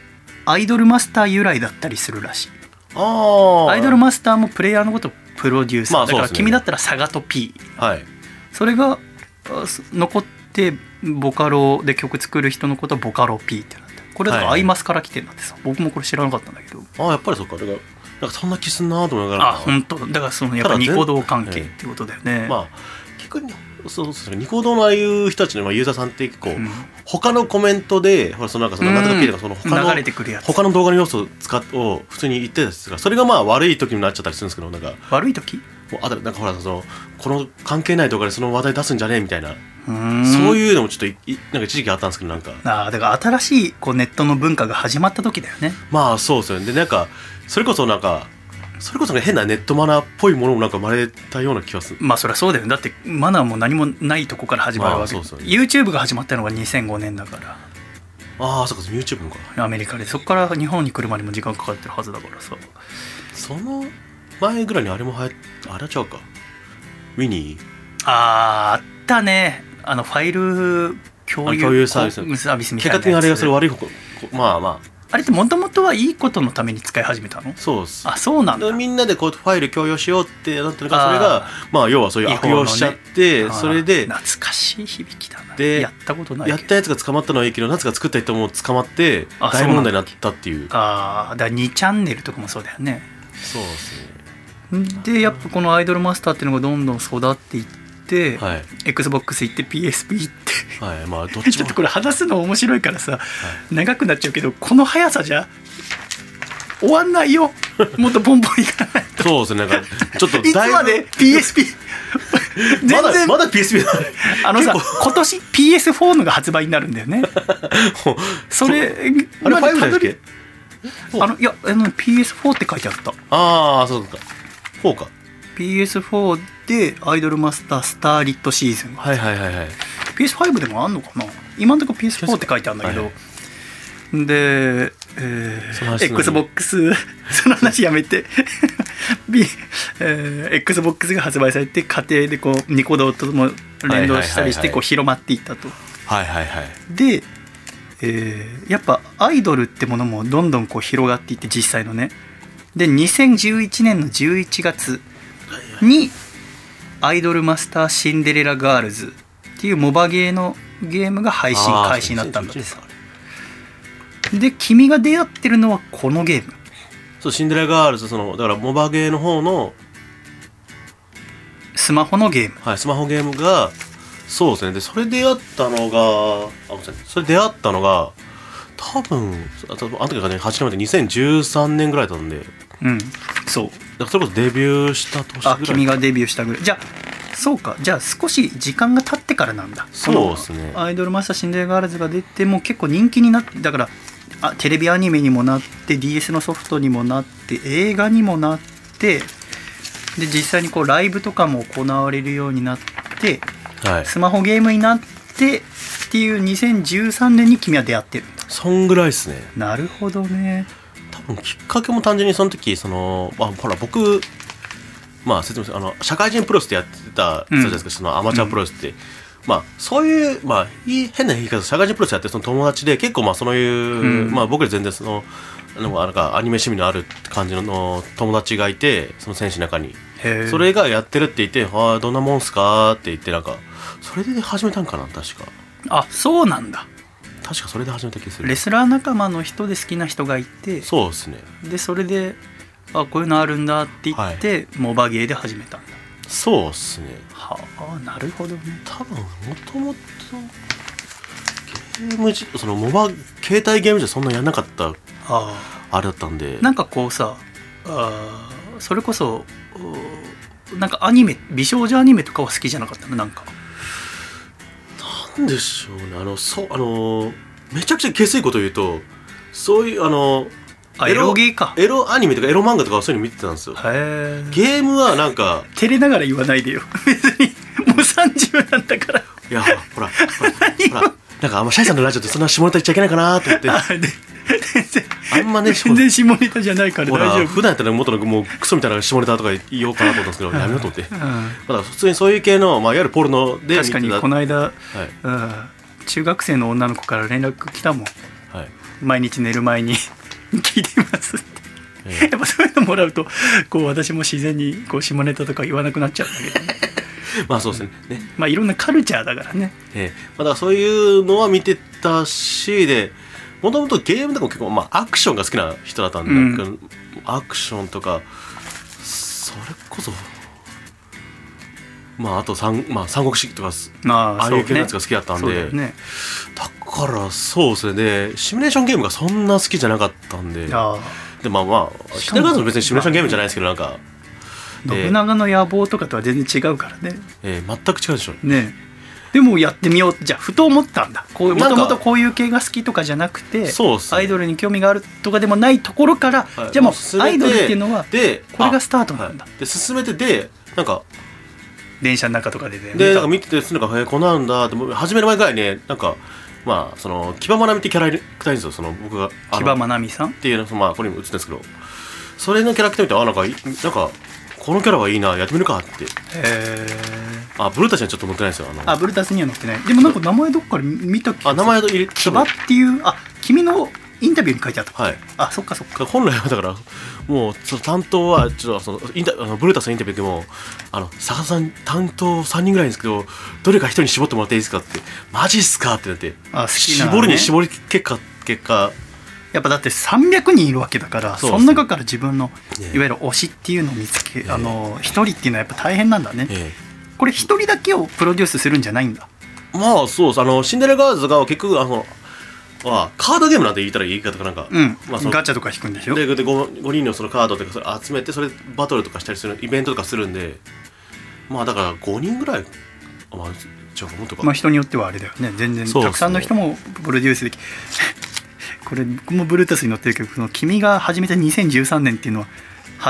アイドルマスター由来だったりするらしい
ああ
アイドルマスターもプレイヤーのことをプロデューサー、
まあ
だか
そう
ら
ですね
君だったらサガと P
はい
それがあそ残ってボカロで曲作る人のことはボカロ P ってなってこれだから
は
ア
い
イマスから来てるんだってさ僕もこれ知らなかったんだけど
あーやっぱりそっかだからなんかそんな気すんなーと思いながら
あ本当だからそのやったぱ
だ
ニ
全
コ動関係ってことだよね、
まあ結局そうそうそうニコ動のああいう人たちのまあユーザーさんって結構、
うん
他のコメントでほらそのなんかそのなんとか P とかその他の
流れてくるやつ
他の動画の要素を使っを普通に言ってたんですがそれがまあ悪い時になっちゃったりするんですけどなんか
悪い時
もうあとなんかほらそのこの関係ない動画でその話題出すんじゃねえみたいな、
うーん
そういうのもちょっといいなんか一時期あったんですけどなんか
ああだから新しいこうネットの文化が始まった時だよね
まあそうですよねでなんかそれこそなんかそれこそなんか変なネットマナーっぽいものもなんか生まれたような気がする
まあそりゃそうだよねだってマナーも何もないとこから始まるわけ、
まあそうそう
YouTube が始まったのが2005年だか
ああそうか YouTube のか
らアメリカでそこから日本に来るまでも時間かかってるはずだからさ
その前ぐらいにあれも流行っあれちゃうかウィニー
あーあったねあのファイル共有
あ共有サービス
サービスみたい
結
なや
果
つ
的にあれがそれ悪い方向まあまあ
あれってもともとはいいことのために使い始めたの
そうっす
あそうなんだ
でみんなでこうファイル共有しようってなったのが
あー
それがまあ要はそういう悪用しちゃって、
あー
それで
懐かしい響きだな
で
やったことない
やっ
けど
たやつが捕まったのはいいけど夏が作った人も捕まって
あ
大問題になったっていう
ああだから2チャンネルとかもそうだよね
そうですね
でやっぱこのアイドルマスターっていうのがどんどん育っていって、
はい
XBOX 行って PSP 行って
はいまあどっ
<laughs> ち
ち
ょ
も
っとこれ話すの面白いからさ、長くなっちゃうけどこの速さじゃ終わんないよもっとポンポンいかない
そうですねなんかちょっ
と
と
<laughs> いつま
だい
で
ぶ
<laughs> PSP 全
まだ
然、
まだ PSP だ
あのさ
結
今年 PS4 のが発売になるんだよねそ
<laughs>
れ
あれ
ま
5
た
だ
ど
っ
り
けフォー
あのいやあの PS4 って書いてあった
ああそうか4か
PS4 でアイドルマスタースターリットシーズン
はいはいはいはい
PS5 でもあんのかな今のところ PS4 って書いてあるんだけど、
は
で、え
その
ー、
話
XBOX <laughs> その話やめて、B えー XBOX が発売されて家庭でこうニコ動とも連動したりし
はいはいはいは
て
い
こう広まっていったと。
はいはいはい
で、えーやっぱアイドルってものもどんどんこう広がっていって実際のねで2011年の11月に「アイドルマスターシンデレラガールズ」っていうモバゲーのゲームが配信開始になったんだってさで君が出会ってるのはこのゲーム
そうシンデレラガールズそのだからモバゲーの方の、
スマホのゲーム
はい、スマホゲームがそうですねでそれ出会ったのがあごめんなさいそれ出会ったのが多分あ多分あの時がね8年前で2013年ぐらいだったんでだか
うんそう
らそれこそデビューした年ぐら
あ
い
君がデビューしたぐらいじゃあそうかじゃあ少し時間が経ってからなんだ
そうですね
アイドルマスターシンデレラガールズが出てもう結構人気になってだからあテレビアニメにもなって DS のソフトにもなって映画にもなってで実際にこうライブとかも行われるようになって
はい
スマホゲームになってっていう2013年に君は出会ってるんだ
そんぐらいですね
なるほどね
多分きっかけも単純にその時そのあほら僕まあ説明するあの社会人プロレスってやって
う
た
ん
そうじゃないですか、そのアマチュアプロレスって、まあそういうまあいい変な言い方社会人プロレスやってるその友達で結構まあそういう、
うん
まあ僕より全然そのなんかなんかアニメ趣味のある感じの友達がいてその選手の中に
へえ
それがやってるって言って「ああどんなもんすか?」って言ってなんかそれで始めたんかな確か
あそうなんだ
確かそれで始めた気がす
レ
る
スラー仲間の人で好きな人がいて
そうですね
でそれであこういうのあるんだって言って、モバゲーで始めたんだ
そうですね
はあなるほどね
多分もともとゲームじそのモバ携帯ゲームじゃそんなやんなかった
あ
あれだったんで
あなんかこうさあーそれこそおなんかアニメ美少女アニメとかは好きじゃなかったのなんか
なんでしょうねあのそうあのめちゃくちゃ下水こと言うとそういうあの
あエロゲーかへ
エロアニメとかエロ漫画とかそういうの見てたんですよ
え
ゲームはなんか
照れながら言わないでよ別にもう30なんだから
いやほら
<laughs>
ほらほらなんかあんまシャイさんのラジオってそんな下ネタ言っちゃいけないかなと思って
あで全然
あんまね
全然下ネタじゃないから
ほら
大丈夫
普段やったら元のもうクソみたいな下ネタとか言おうかなと思ったんですけどやめようと思って
うん
まだ普通にそういう系の、まあ、いわゆるポルノで見て
確
た
かにこの間、
はい
うん中学生の女の子から連絡来たもん <laughs>
はい
毎日寝る前に <laughs> 聞いてますって
え
や
え
っぱそういうのもらうとこう私も自然にこう下ネタとか言わなくなっちゃうんだけどね
まあそうですねね、
まあいろんなカルチャーだからね
ええまあ、だからそういうのは見てたしでもともとゲームとかも結構、まあ、アクションが好きな人だったんで、
うん
なんかアクションとかそれこそまああと三,、まあ、三国志とかす
ま
ああ
そ
いうう
ね
系のやつが好きだったん
そうだ
で
よね
だからそうですねでシミュレーションゲームがそんな好きじゃなかったんで
ああ
でまあまあ
し
ひ
かも
なが別にシミュレーションゲームじゃないですけどなんか、で
信長の野望とかとは全然違うからね
ええ全く違うでしょ
ねでもやってみようじゃあふと思ったんだこうも
なん
と
か
もとこういう系が好きとかじゃなくて
そうっすね
アイドルに興味があるとかでもないところから、
はい
じゃあも
進
う
め
アイドルっていうのは
で
これがスタートなんだ
あはいで進めてでなんか
電車の中とかでね
でなんか
見
見ててすんのが「へえこんなんだ」ってもう始める前ぐらいねなんかまあその木場真奈美ってキャラクターいるんですよその僕が
た
あの
木場真奈美さん
っていうのまあこれにも映ってるんですけどそれのキャラクター見てあなんかいなんかこのキャラはいいなやってみるかって
へえ
あブルーたちにはちょっと乗ってないんですよあの
あブルタスには載ってないでもなんか名前どっかで見た気が
あ
する
名前入れ
キバっていうあ君のインタビューに書いてあった、
はい
あそっかそっか
本来はだからもうその担当はちょっとそのインタあのブルータスのインタビューでもあの坂田さん担当3人ぐらいですけどどれか1人に絞ってもらっていいですかってマジっすかってなって
あ好きなね
絞るに絞り結果結果
やっぱだって300人いるわけだから
そう
そ,、
ですね
の中から自分の
ええ
いわゆる推しっていうのを見つけ、
え
あの一人っていうのはやっぱ大変なんだね、
ええ
これ一人だけをプロデュースするんじゃないんだ
まあそうですあのシンデレラガールズが結局あのあカードゲームなんて言ったら言い方かなんか、
うん、
まあ、その
ガチャとか引くんでしょ
でで 5, 人のそのカードとかそれ集めてそれバトルとかしたりするイベントとかするんでまあだから5人ぐらいあまあじゃあもっとか、
まあ人によってはあれだよね全然
そうですね
たくさんの人もプロデュースでき <laughs> これ僕もブルータスに載ってるけどこの「君が始めた2013年」っていうのは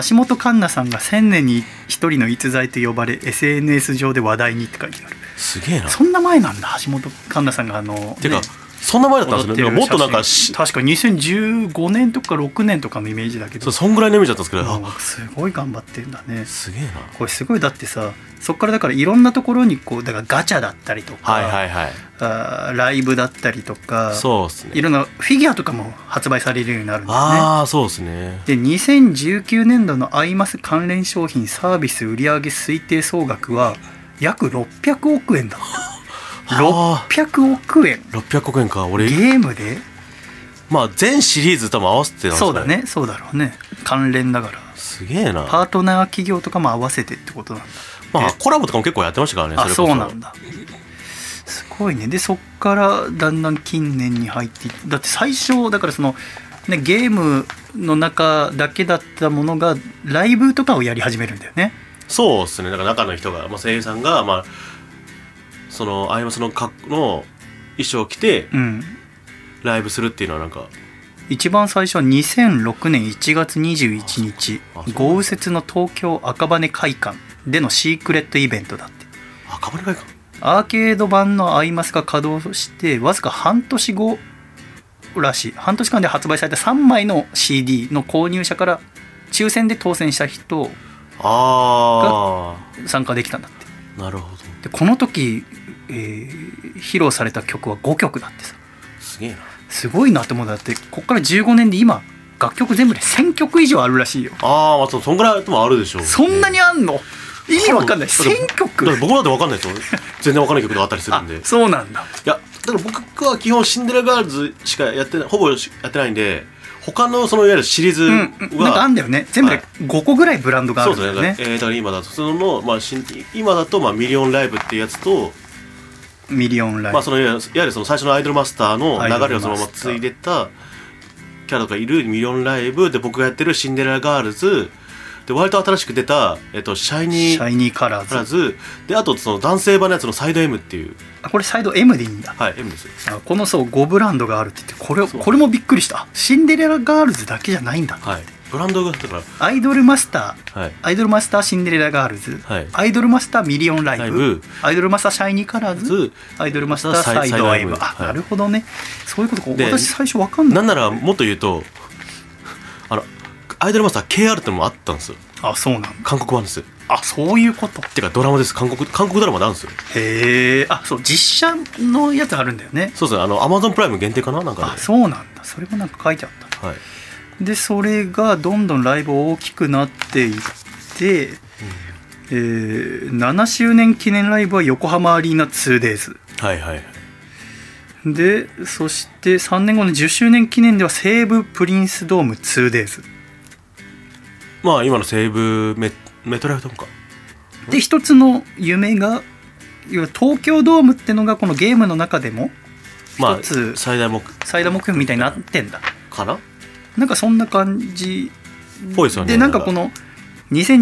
橋本環奈さんが1000年に一人の逸材と呼ばれ SNS 上で話題にって書いてある
すげえな
そんな前なんだ橋本環奈さんがあの
てか、
ね
そんな前だったんです
踊っ
ね
て
で
る
ももっとなんか
写
し
真確か2015年とか6年とかのイメージだけ
そ
ど
うそんぐらいのイメージだったんですけど、
も
あ
うすごい頑張ってんだね
すげえな
これすごいだってさそこからだからいろんなところにこうだからガチャだったりとか、
はいはいはい
あーライブだったりとか
そうです
い
ね
ろんなフィギュアとかも発売されるようになるんだよね
ああそうですね
で2019年度のアイマス関連商品サービス売上推定総額は約600億円だって
はあ
600億円
600億円か俺
ゲームで
まあ全シリーズ多分合わせてなんですか
そうだねそうだろうね関連だから
すげえな
パートナー企業とかも合わせてってことなんだ
まあコラボとかも結構やってましたからね
あ
れこ
そうなんだすごいねでそっからだんだん近年に入っていってだって最初だからその、ね、ゲームの中だけだったものがライブとかをやり始めるんだよね
そうですねだから中の人が、まあ、声優さんが、まあ、そのアイマスの格の衣装を着て
うん
ライブするっていうのはなんか
一番最初は2006年1月21日
あそう
豪雨節の東京赤羽会館でのシークレットイベントだって
赤羽会館
アーケード版のアイマスが稼働してわずか半年後らしい半年間で発売された3枚の CD の購入者から抽選で当選した人
あ
参加できたんだって
あなるほど
でこの時、えー披露された曲は5曲だってさ
すげえな
すごいなって思うんだってこっから15年で今楽曲全部で1000曲以上あるらしいよ
あーまあそそんぐらいともあるでしょう
そんなにあんの意味わかんない
そうだ
1000
だって
曲
僕だって分かんないですよ全然分かんない曲とかあったりする
あ
んでい
そうなんだ
やだから僕は基本シンデレラガールズしかやってないほぼしやってないんで他のそのいわゆるシリーズ
う
は、
んうんなんかあんだよね全部で5個ぐらいブランドがあ
そ
る
うんで
だ
す
よ
ね
ね
えーだから今だとその、まあ、しん今だと、まあ、ミリオンライブっていうやつと、
ミリオンライ
ま
ブ
あ、そのいわゆるいわゆるその最初のアイドルマスターの流れをそ
アイドル
のま
マス
ま
ター
継いでたキャラとかいるミリオンライブで僕がやってるシンデレラガールズで割と新しく出た、えっと、シャイニ
シ
ーカ
ャイニーカラーズ
ラーズであとその男性版のやつのサイド M っていう
あこれサイド M でいいんだ
はい M ですよ
あこのそう5ブランドがあるって言ってこれ
そう
これもびっくりしたシンデレラガールズだけじゃないんだ、
はいブランドがだから
アイドルマスター
はい
アイドルマスターシンデレラガールズ、
はい
アイドルマスターミリオンライブ
ライブ
アイドルマスターシャイニーカラーズ
ず
アイドルマスターサイ
サイド
ド M, あ、
はい
なるほどねそういうことか
で
私最初わかん
な
ない
んならもっと言うと <laughs> あのアイドルマスター KR ってのもあったんですよ
あそうなんだ
韓国版ですよ
あそういうこと
てかドラマです韓国韓国ドラマなんですよ
へえあそう実写のやつあるんだよね
そうですねあのアマゾンプライム限定かななんかね
あそうなんだそれもなんか書いてあった
はい
でそれがどんどんライブ大きくなっていって、えー7周年記念ライブは横浜アリーナ 2days
はいはいはい
でそして3年後の10周年記念では西武プリンスドーム 2days
まあ今の西武メメトライフドームか
で一つの夢が要は東京ドームってのがこのゲームの中でも
まあ
一つ
最大目
最大目標みたいになってんだ
かな
なんかそんな感じ
ぽいですよね
でなんかこの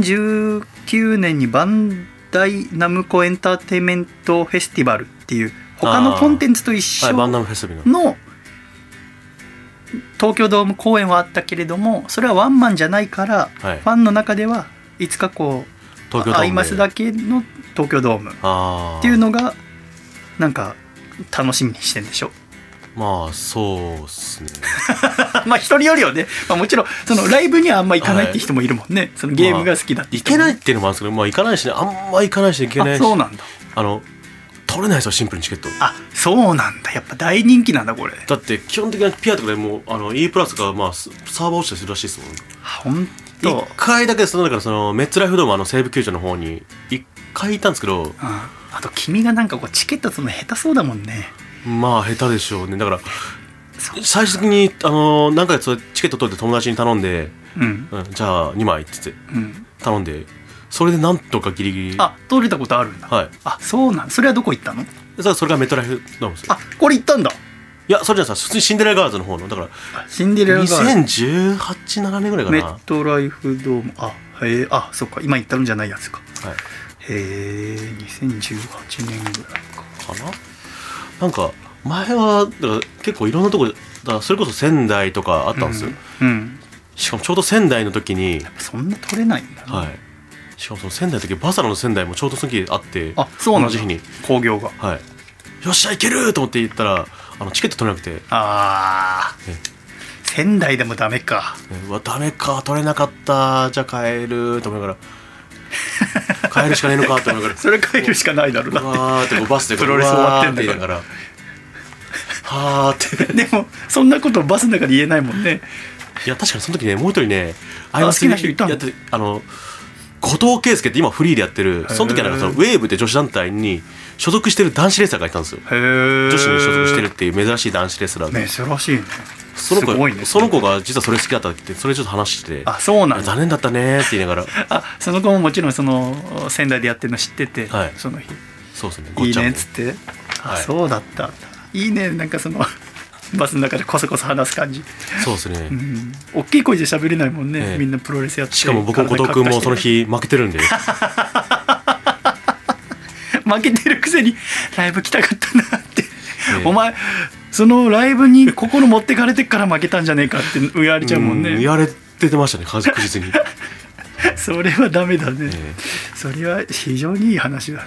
2019年にバンダイナムコエンターテインメントフェスティバルっていう他のコンテンツと一緒
はいバン
の
ダムフェスビの
東京ドーム公演はあったけれどもそれはワンマンじゃないからフ
はい
ァンの中ではいつかこう
東京ドームで
アイマスだけの東京ドームっ
ああ
ていうのがなんか楽しみにしてんでしょ
まあそうっすね
<laughs> まあ一人よりはね、まあ、もちろんそのライブにはあんま行かないって人もいるもんね、そのゲームが好きだって
行
人も
けないっていうのもあるんですけどまあ行かないしねあんま行かないしね行けない
あ
し
そうなんだ
あの取れないですよシンプルにチケット
あそうなんだやっぱ大人気なんだこれ
だって基本的なピアとかでもうあの E プラスが、まあ、サーバー落ちたりするらしいですもん
本
一
当
回だけそのだからそのメッツライフドームあの西武球場の方に一回行ったんですけど
うん、あと君がなんかこうチケット取るの下手そうだもんね
まあ下手でしょうねだから
そ
最終的にあの何回かそれチケット取って友達に頼んで、
うん
うん、じゃあ2枚って言って
うん
頼んでそれでなんとかギリギリ
あ取れたことあるんだ、
はい
あそうなんそれはどこ行ったの
でさそれがメットライフドームですよ
あこれ行ったんだ
いやそれじゃないです普通にシンデレラガールズの方のだから
シンデレラガー
201817年ぐら
ル
いか
メ
な、は
ットライフドームあへえあそっか今行ったのじゃないやつか
い、
へえ2018年ぐらいか
かななんか前はだから結構いろんなとこだからそれこそ仙台とかあったんですよ、
うん、うん
しかもちょうど仙台の時に、
そんな取れないんだな、
はいしかもその仙台の時バサロの仙台もちょうどその時あって
あそうなんだ
同じ日に
工業が
はいよっしゃいけると思って行ったらあのチケット取れなくて、ね、
あー
え
仙台でもダメか
うわダメか取れなかったじゃあ帰ると思
<laughs>
いながら帰るしかねえのかと思いながら
それ帰るしかないだろう
う
な
わーってこうバスでこう
プロレス終わってんだから
うわー言いならはーって
<laughs> でもそんなことバスの中で言えないもんね
いや確かにその時ねもう一人ね
あ
アイマスで
好きな人いたの
やってあの後藤圭介って今フリーでやってるその時はなんかそのウェーブって女子団体に所属してる男子レーサーがいたんですよ
へえ
女子に所属してるっていう珍しい男子レスラーが、
珍しいね
その子
すごいね
その子が実はそれ好きだったって言ってそれちょっと話してて
あそうなんだ
残念だったねって言いながら
あその子ももちろんその仙台でやってるの知ってて、
はい
その日
そうですね
いい
も
ねっつってあ、
はい
そうだったいいねなんかそのバスの中でこそこそ話す感じ、
そうですね、
うん、大きい声じゃ喋れないもんね、
ええ
みんなプロレスやって
しかも僕も後藤君もその日負けてる
<laughs>
んで
負けてるくせにライブ来たかったなって、
え
お前そのライブに心持ってかれてっから負けたんじゃねえかって言われちゃうもん
う
ね
言われててましたね確実に、
<laughs> それはダメだね、
え
それは非常にいい話だね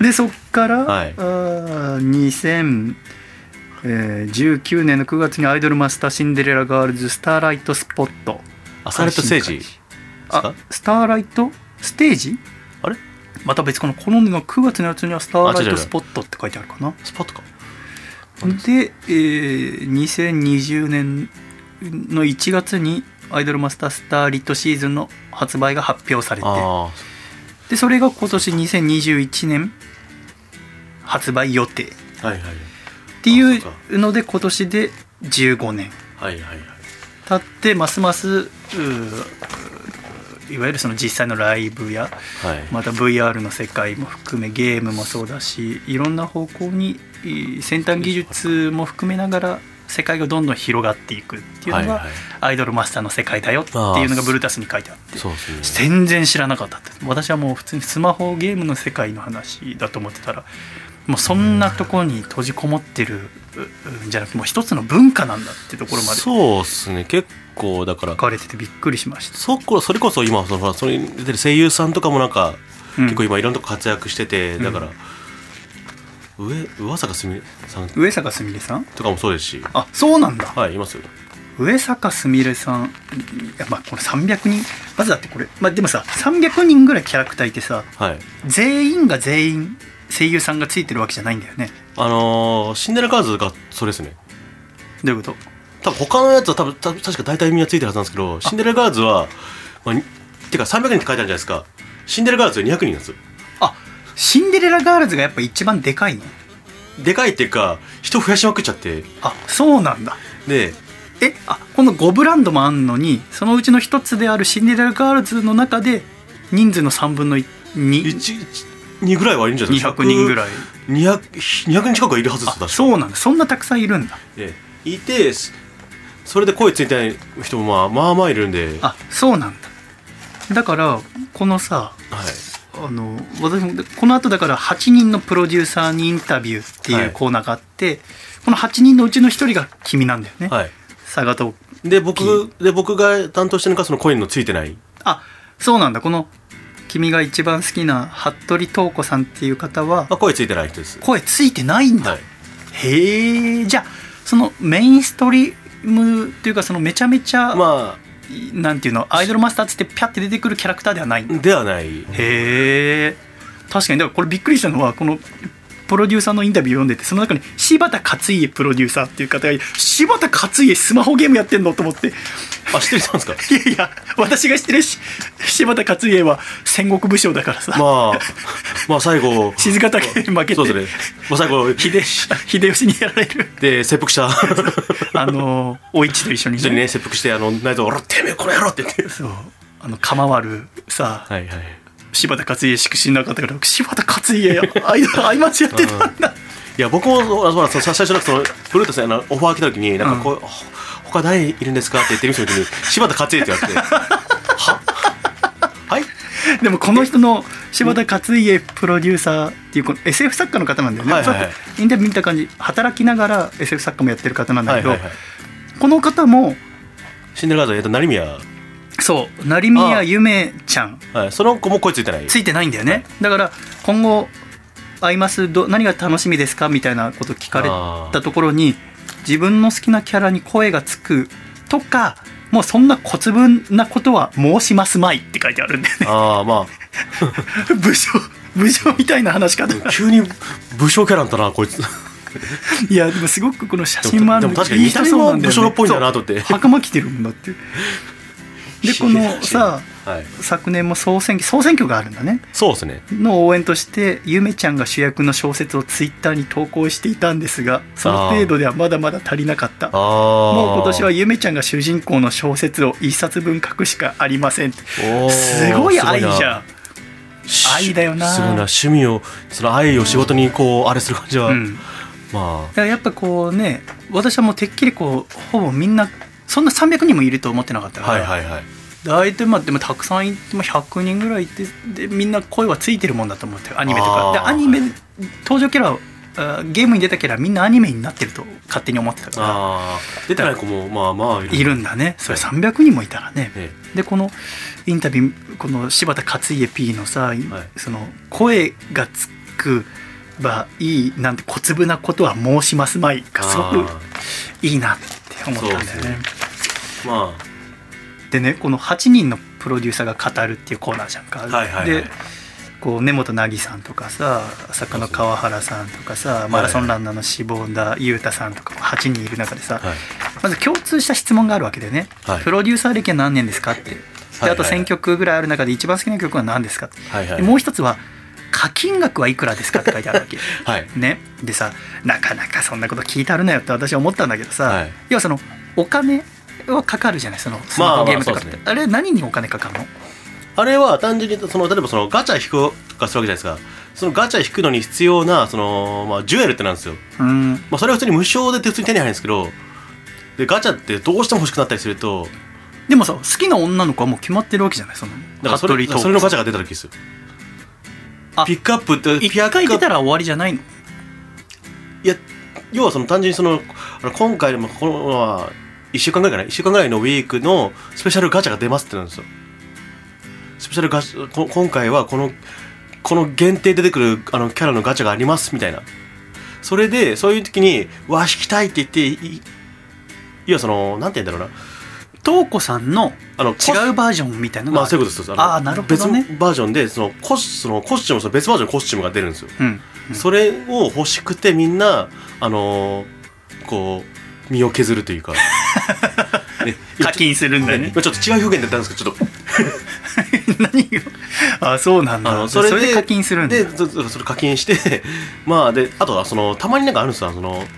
でそっから、
はい
あー2019年の9月にアイドルマスターシンデレラガールズスターライトスポット
あスターライトステー
配
ジ
信開始
すか
あスターライトステージ
あれ
また別このこの9月のやつにはスターライ
あ違う違
ト
う
スポットって書いてあるかな
スパッとか
で、えー2020年の1月にアイドルマスタースターリットシーズンの発売が発表されて
ああ
でそれが今年2021年発売予定っ
はいはい
てい
あそう
うので今年で15年
はいはいはい
経ってますますうーいわゆるその実際のライブや
はい、
また VR の世界も含めゲームもそうだしいろんな方向にえー先端技術も含めながら世界がどんどん広がっていくっていうのが、
はいはい
アイドルマスターの世界だよっていうのがブルータスに書いてあって
そうですね
全然知らなかったって私はもう普通にスマホゲームの世界の話だと思ってたらもうそんなところに閉じこもってるううんじゃなくてもう一つの文化なんだってところまで書
そうですね結構だから
かれててびっくりしました、
そこそれこそ今そのほらそれに出てる声優さんとかもなんか、
うん
結構今いろんなとこ活躍しててだから
う、
上上坂すみれさん
上坂すみれさん
とかもそうですし
あそうなんだ
はいいますよ
上坂すみれさんいやまあこの300人まずだってこれ、まあ、でもさ300人ぐらいキャラクターいてさ
はい
全員が全員声優さんがついてるわけじゃないんだよね
あのーシンデレラガールズがそれですね
どういうこと
多分他のやつは多分た確か大体みんなついてるはずなんですけどシンデレラガールズは、まあ、にてか300人って書いてあるじゃないですかシンデレラガールズ200人なんですよ
あシンデレラガールズがやっぱ一番でかいの
でかいっていうか人増やしまくっちゃって
あそうなんだ
で
えあこの5ブランドもあんのにそのうちの一つであるシンデレラガールズの中で人数の3分の1200
12ぐらいはいるんじゃないですか
人ぐらい
200 200人近くはいるはずです
あ
確か
そうなんだそんなたくさんいるんだ
でいてすそれで声ついてない人もまあまあまあいるんでは
あそうなんだだからこのさ
い
あの私もこの後だから8人のプロデューサーにインタビューって
はいいう
コーナーがあって、この8人のうちの1人が君なんだよね、
はい
佐賀と
で僕で僕が担当してるのがその声のついてない
あそうなんだこの君が一番好きな服部東子さんっていう方は
まあ声ついてない人です
声ついてないんだ、
はい
へえじゃあそのメインストリームというかそのめちゃめちゃ、
ま
なんていうのアイドルマスターっつってピャって出てくるキャラクターではないんだ
あではない
へえ確かにだからこれびっくりしたのはこのプロデューサーのインタビュー読んでてその中に柴田勝家プロデューサーっていう方がいて柴田勝家スマホゲームやってんのと思って
あ、知ってる人なんです
いやいや私が知ってるし柴田勝家は戦国武将だからさ、
かまあ、まあ最後、
静ヶ岳で負けて
そうですね。まあ最後、
秀秀吉にやられる
で、切腹した。
あのお市と一緒に
一緒にね、切腹して、あの、内臓、おら、てめえ、この野郎って言って。
そうあの釜割るさ、
はいはい。
柴田勝家しか知んなかったから柴田勝家アイドルアイマスやってたんだ、
いや、僕も、そうそうそう最初なんかその、ブルータスにあのオファー来た時に、なんかこう、ほ他誰いるんですかって言ってる人の時に、柴田勝家って言われて、ははい
<laughs> でもこの人の柴田勝家プロデューサーっていうこの SF 作家の方なんだよね、
はいはいはい
そうインタビュー見た感じ働きながら SF 作家もやってる方なんだ
は
け
い
ど、
はいはい。
この方も
シンデレラ像、えっと、成宮。
そう成宮ゆめちゃん
はい。その子も声ついてない。
ついてないんだよねだから今後「アイマスど何が楽しみですか?」みたいなこと聞かれたところに自分の好きなキャラに声がつくとかもうそんな小粒なことは申しますまいって書いてあるんだよね
ああ、ま
<laughs> 武将武将みたいな話し方
あ、急に武将キャラだったな、こい <laughs> つ。
いやでもすごくこの写
で
真もあ
も
る
でも確かに見た目
そう
は
なんだよね
武将っぽいんだなと思って。
そう袴着てるもんだってでこ
<laughs>
のさ
はい、
昨年も総選挙総選挙があるんだね
そうですね。
の応援としてゆめちゃんが主役の小説をツイッターに投稿していたんですがその程度ではまだまだ足りなかったもう
ああ。
今年はゆめちゃんが主人公の小説を一冊分書くしかありません
おー
すごい愛じ
すごい
ゃ
なん
愛だよな
すごいな趣味をその愛を仕事にこうあれする感じは、
うん、だ
ま
からやっぱこうね私はもうてっきりこうほぼみんなそんな300人もいると思ってなかった
あ
から、
はいはいはい
大体まあでもたくさんいても100人ぐらいいてでみんな声はついてるもんだと思ってアニメとか
あー
でアニメ登場キャラあーゲームに出たキャラみんなアニメになってると勝手に思ってたか
あー出てない子もまあまあい
らいるんだねそれ300人もいたらね
え
でこのインタビューこの柴田勝家 P のさ、その声がつくばいいなんて小粒なことは申しますまい
え
がすごく
あ
いいなって思ったんだ
そう
よ
です
ね
ねーま
でねこの8人のプロデューサーが語るっていうコーナーじゃんか、
はいはいはい
でこう根本凪さんとかさ作家の川原さんとかさ
い
マラソンランナーの志望田裕太さんとか8人いる中でさ
あ、はい、
まず共通した質問があるわけだよね、
はい
プロデューサー歴は何年ですかって
はい
で
は
あ
い
と1,000曲ぐらいある中で一番好きな曲は何ですか、
はいはい
でもう一つは課金額はいくらですかって書いてあるわけ
はい
ね、でさなかなかそんなこと聞いてあるなよって私は思ったんだけどさ、
はい
要はそのお金はかかるじゃないそのスマホゲームとかって、
まあまあそうですね
あれ何にお金かかるの
あれは単純にその例えばそのガチャ引くとかするわけじゃないですかそのガチャ引くのに必要なその、まあ、ジュエルってなんですよ、
うん
まあ、それは普通に無償で普通に手に入るんですけどでガチャってどうしても欲しくなったりすると
でもさ好きな女の子はもう決まってるわけじゃないその
だからそ
服部
れ
と
それのガチャが出た時ですよ
あ
ピックアップって
一
ピア
回出た
ら
ら終わりじゃないの
いや要はその単純にそのあの今回でもこのまあ1週間ぐらいかな1週間ぐらいのウィークのスペシャルガチャが出ますってなんですよスペシャルガチャこ今回はこのこの限定で出てくるあのキャラのガチャがありますみたいなそれでそういう時に「わあ引きたい」って言ってい要はそのなんて言うんだろうな
瞳子さんの
あの
違うバージョンみたいなの
ま
が
あ
あ
そう
る
いうことですの
あーなるほどね
別バージョンでそのコスそのコスチュームその別バージョンのコスチュームが出るんですよ、
うんうん
それを欲しくてみんなあのーこう身を削る
<laughs>
というかね
課金するんだよね
ね今ちょっと違う表現で言ったんですけどちょっ
<laughs>
と
何よあそうなん
あ
だ
の
それで課金するんだ
でそそれ課金して <laughs> まあであとはそのたまになんかあるんですよその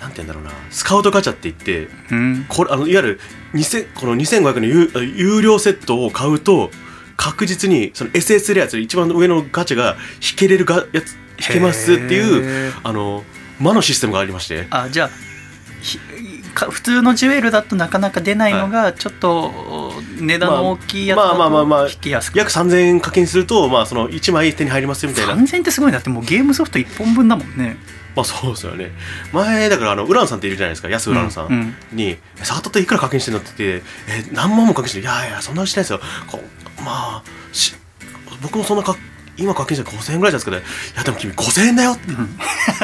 なんて言うんだろうなスカウトガチャって言って
うん
これあのいわゆる2000この2500の有あ有料セットを買うと確実にその SS レアつ一番上のガチャが引けれるがやつ引けますってい
へ
う
ー
あの魔のシステムがありまして
あじゃあひか普通のジュエルだとなかなか出ないのがちょっとお値段の大きいやつだ
まあまあまあまあ
と引きやすくなる
約3000円課金すると、まあ、その1枚手に入りますよみたいな、ま
3000ってすごいなってもうゲームソフト1本分だもんね
あ、そうですよね前だからあのウランさんっているじゃないですか安ウランさん、
うんうん
に「サートっていくら課金してんの?」って言って「え何万も課金してるいやいやそんなうちないですよこうまあし僕もそんなか今課金して5000円ぐらいじゃないですかねいやでも君5000円だよ」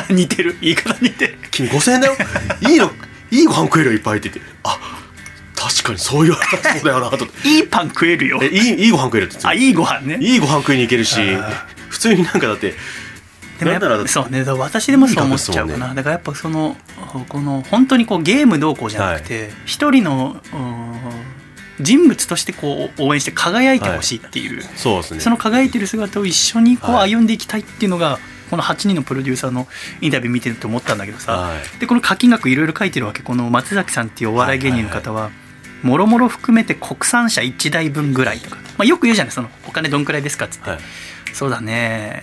って
似てる言い方似てる
君5000円だよ
<laughs>
いいのいいご飯食えるよいっぱいって言ってあ確かにそう言われたらそうだよなと思って
いいパン食えるよ
えいいいいご飯食えるって言って
あいいご飯ね
いいご飯食いに行けるし
あ
普通になんかだって
でもやっ
なんなら
ぱそうねだから私でもそう思っちゃうかな
とにかくそうね
だからやっぱそのこの本当にこうゲームどうこうじゃなくて一、人のうん人物としてこう応援して輝いてほしいっていう、
そうですね
その輝いてる姿を一緒にこう
はい
歩んでいきたいっていうのが、この8人のプロデューサーのインタビュー見てると思ったんだけどさ、
は
でこの課金額いろいろ書いてるわけこの松崎さんっていうお笑い芸人の方は,、もろもろ含めて国産車1台分ぐらいとか、まあ、よく言うじゃないそのお金どんくらいですかっつって、
い、はい、
そうだね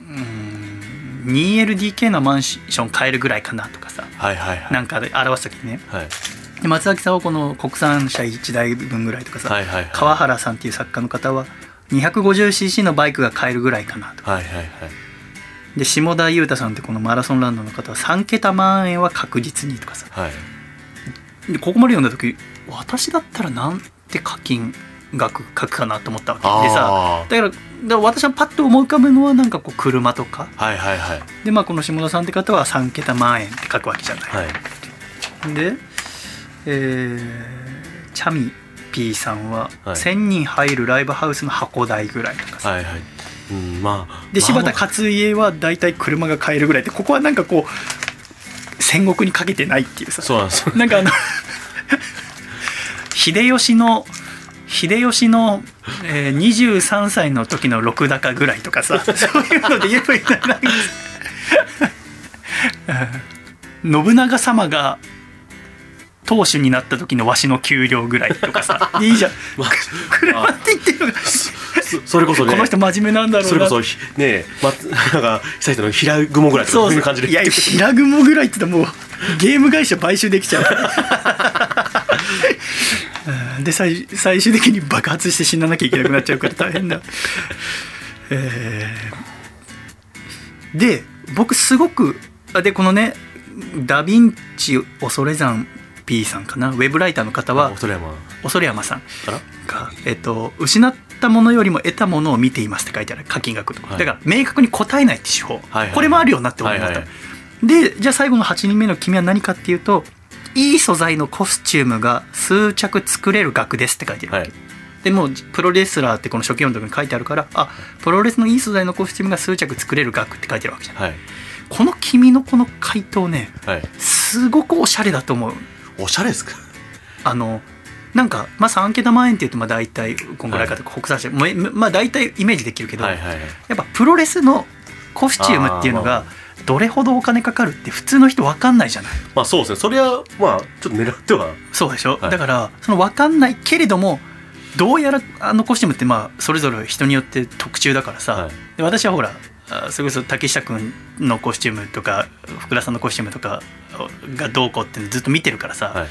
うーん 2LDK のマンション買えるぐらいかなとかさ
はいはいはい
なんかで表す時にね
はい
で松崎さんはこの国産車1台分ぐらいとかさ、
はいはいはい
川原さんっていう作家の方は 250cc のバイクが買えるぐらいかなとか
はいはいはい
で下田裕太さんってこのマラソンランドの方は3桁万円は確実にとかさ
はい
でここまで読んだ時私だったらなんて課金額書くかなと思ったわけでさ
あ
だからだから私はパッと思い浮かぶのはなんかこう車とか
あはいはいはい
でまあこの下田さんって方は3桁万円って書くわけじゃない、
はい
でえーチャミ P さんは
はい
1000人入るライブハウスの箱代ぐらいとかさ、
はいはいうんまあ
で柴田
か
勝家は大体車が買えるぐらいでここはなんかこう戦国にかけてないっていうさ
そうなんです <laughs> よ
なんかあの秀吉の秀吉の、えー、23歳の時の六高ぐらいとか <laughs> さそういうので言えばいいんじゃないうん信長様が当主になった時のわしの給料ぐらいとか <laughs> さいいじゃん
まあ
<laughs> 車って言ってるのが
そそれこそね
この人真面目なんだろうな
それこそひねえ、ま、なんか久々の平雲ぐらいとか
そうそ
そういうう感じで
いや平雲ぐらいって言ったらもうゲーム会社買収できちゃううんで最最終的に爆発して死ななきゃいけなくなっちゃうから大変だ、えーで僕すごくあでこのねダ・ヴィンチ恐山 P さんかなウェブライターの方は
オーストラリアマン
恐山さん
から
が、えっと、失ったものよりも得たものを見ていますって書いてある課金額とか、
はい
だから明確に答えないって手法、
はいはい
これもあるよなって思いました、
はいは
でじゃあ最後の8人目の君は何かっていうといい素材のコスチュームが数着作れる額ですって書いてあるわ
は
け、
い
でもうプロレスラーってこの初期音読に書いてあるからあプロレスのいい素材のコスチュームが数着作れる額って書いてあるわけじゃん
はい
この君のこの回答ね
はい
すごくおしゃれだと思う
おしゃれですか
あのなんか、まあ、3桁万円っていうとまあ大体こんぐらいかとか国産車、もうまあ、大体イメージできるけど、
はいはいはい
やっぱプロレスのコスチュームっていうの
あ
が
ーま
どれほどお金かかるって普通の人分かんないじゃない
まあそうですねそれはまあちょっと狙っては
そうでしょ、
はい
だからその分かんないけれどもどうやらあのコスチュームってまあそれぞれ人によって特注だからさ、
はい
で私はほらあそれこそ竹下君のコスチュームとか福田さんのコスチュームとかがどうこうっていうのずっと見てるからさ、
はい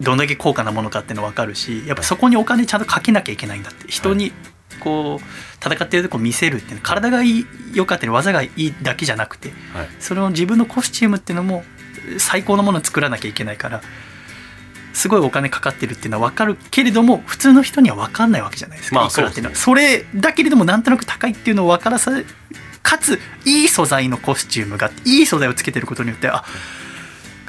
どんだけ高価なものかっていうの分かるしやっぱそこにお金ちゃんとかけなきゃいけないんだって人にこう戦ってるとこ見せるっていうの体がいい良かったり技がいいだけじゃなくて
はい
それを自分のコスチュームっていうのも最高のものを作らなきゃいけないからすごいお金かかってるっていうのは分かるけれども普通の人には分かんないわけじゃないですか、
まあ
いくらっていうのは
そ
それだけれどもなんとなく高いっていうのを分からさかついい素材のコスチュームがいい素材をつけてることによってあ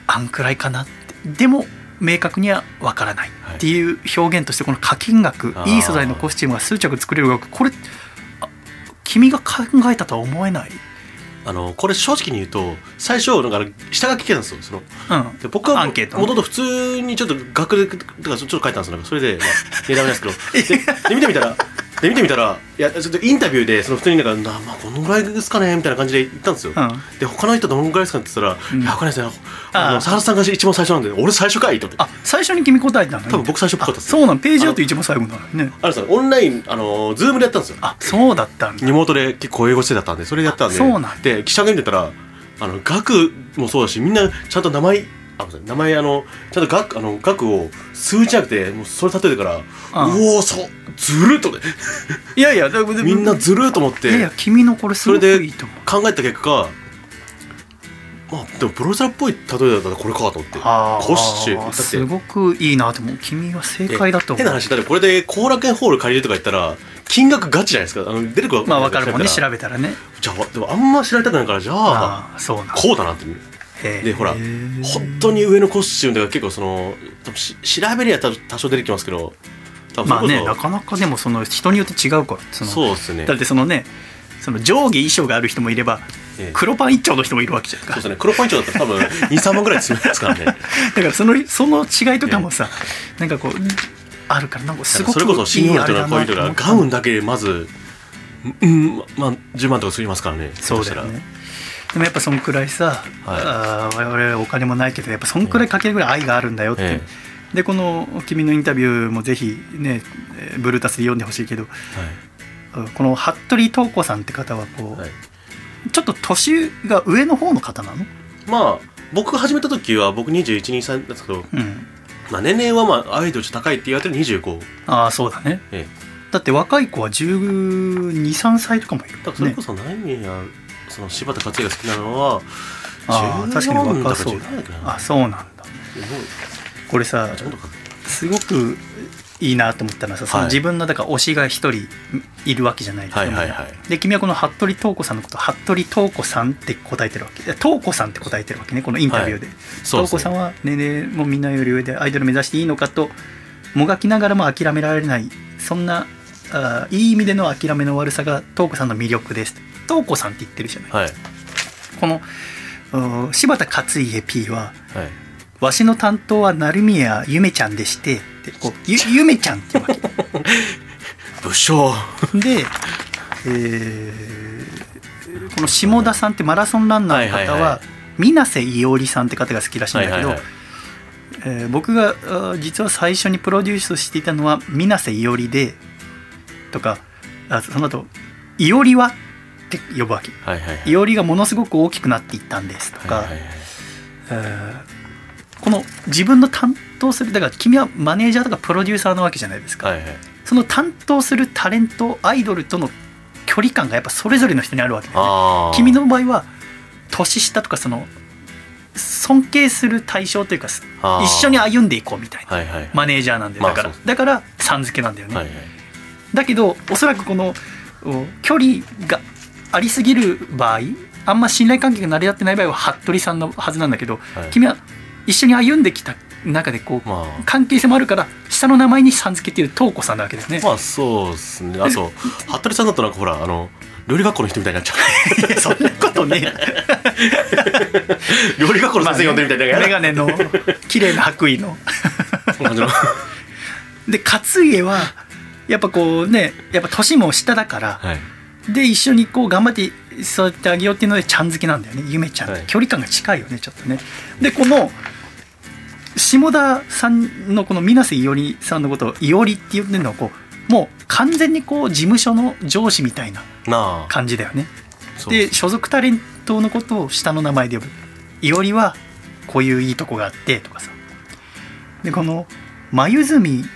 あんくらいかなってでも明確には分からないっていう表現としてこの課金額、
あー
い、い素材のコスチュームが数着作れる額これあ君が考えたとは思えない。
あのこれ正直に言うと最初だから下書き来てたんですよその
うん
で僕は
ア
も
ンケート
と
ね
もと普通にちょっと額でだからちょっと書いたんですよなんかそれで、まあ、値段なんです <laughs> けどでで見てみたらで見てみたらいやちょっとインタビューでその普通になんかな、まあ、このぐらいですかねみたいな感じで言ったんですよ、
うん
で他の人どのぐらいですかって言ったら「
うん
いや分かんないですよあ
あ
の
あ
佐原さんが一番最初なんで俺最初かい」と思って
あ最初に君答えたの
多分僕最初っぽかった
あ
です
そうなのページだと一番最後なのね
あれですよオンラインあのズームでやったんですよ
あそうだったんだ
リモートで結構英語してだったんでそれでやったんで
あそうなんだ
で記者が見てたらあの額もそうだしみんなちゃんと名前あごめんなさい名前あのちゃんと額あの額を数字じゃなくてもうそれ立ててからうおおそうずるっとね
いやいやだから
みんなずるっと思っ
いやいや
て
君のこれす
そ
ご
れ
く
で
いいと思う
考えた結果まあでもプロレスラーっぽい例えだったらこれかと思って
あー
コッシュだって
すごくいいなと思う君は正解だと思
変な
う
話だってこれで後楽園ホール借りるとか言ったら金額ガチじゃないですかあの出てくる
まあわかるもんね
調
調
べ
べたらね
たらじゃあでもあんま知られたくないからじゃあ
ああそうなの
こうだなってでほら本当に上のコスチュームとか結構その多分し調べりゃ多多少出てきますけど多分
まあ
それ
ね
こ
な
そ
かなかでもその人によって違うからその
そうですね
だってそのねその上下衣装がある人もいれば
ええ
黒パン一丁の人もいるわけじゃんか
そうですね黒ポイントだったら多分23万ぐら <laughs> い積みますからね
だからそのその違いとかもさ、なんかこうあるからなんか <laughs> すごく
それこそ新
いい
聞
あ
と
れだ
の
な
ポイント
と
が
思った
ガウンだけでまずうんまあ10万とかすりますからね
そうだよねでもやっぱそんくらいさ、
はい
あー我々お金もないけどやっぱそんくらいかけるぐらい愛があるんだよって、
え
でこの君のインタビューもぜひねえーブルータスで読んでほしいけどうんこの服部東子さんって方はこう、
はい、はい
ちょっと年が上の方の方なの、
まあ僕が始めた時は僕2123歳ですけど、
うん、
まあ、年齢はまあアイドルちょっと高いって言われてる25、
ああそうだね
え
だって若い子は1 2 3歳とかもいる
え、だ
もん
からそれ
ね
こそ何人や、その柴田勝家が好きなのは
ああ確かに若そうだ
14だから
あそうなんだこれさ
ちょっとか
すごくいいなと思ったのはさその
はい
自分のだから推しが一人いるわけじゃないですか、
はいはいはい
で君はこの服部東子さんのこと服部東子さんって答えてるわけいや東子さんって答えてるわけねこのインタビューで,、
そうで
東
す
子
ね
さんは年齢もみんなより上でアイドル目指していいのかともがきながらも諦められないそんなあーいい意味での諦めの悪さが東子さんの魅力です東子さんって言ってるじゃない、
はい
このうん柴田勝家 P は
はい
わしの担当は成宮ゆめちゃんでしてってこうゆゆめちゃんっていうわけ
武将 <laughs>
で、えーこの下田さんってマラソンランナーの
はい
方
はいは
はい水瀬いおりさんって方が好きらしいんだけど、 <laughs>
はいはいはい
えー僕があー実は最初にプロデュースしていたのは水瀬いおりでとかあその後いおりはって呼ぶわけ
はいはいはい
いおりがものすごく大きくなっていったんですとか、
はいはいはい
えーこの自分の担当するだから君はマネージャーとかプロデューサーなわけじゃないですか、
はいはい
その担当するタレントアイドルとの距離感がやっぱそれぞれの人にあるわけだよね
あー
君の場合は年下とかその尊敬する対象というかす
あー
一緒に歩んでいこうみたいな
はいはい
マネージャーなんでだから、
まあそう
だからさん付けなんだよね、
はいはい
だけどおそらくこのお距離がありすぎる場合あんま信頼関係が成り立ってない場合は服部さんのはずなんだけど、
はい
君は一緒に歩んできた中でこう、
ま
関係性もあるから下の名前にさん付けっていう東子さんなわけですね
あ、まあそう <laughs> ですねあと服部さんだとなんかほらあの料理学校の人みたいになっちゃう <laughs>
いやそんなことねえよ
料理学校の
まあ
先生呼んでみたいな
メガネの綺麗な白衣の
そんな感じの
で勝家はやっぱこうねやっぱ年も下だから、
<laughs> はい
で一緒にこう頑張って育ってあげようっていうのでちゃん付けなんだよねゆめちゃんって、
はい
距離感が近いよねちょっとねでこの下田さんのこの水瀬いおりさんのことをいおりって呼んでるのはこうもう完全にこう事務所の上司みたいな
なあ
感じだよね
そう
で所属タレントのことを下の名前で呼ぶいおりはこういういいとこがあってとかさでこの眉住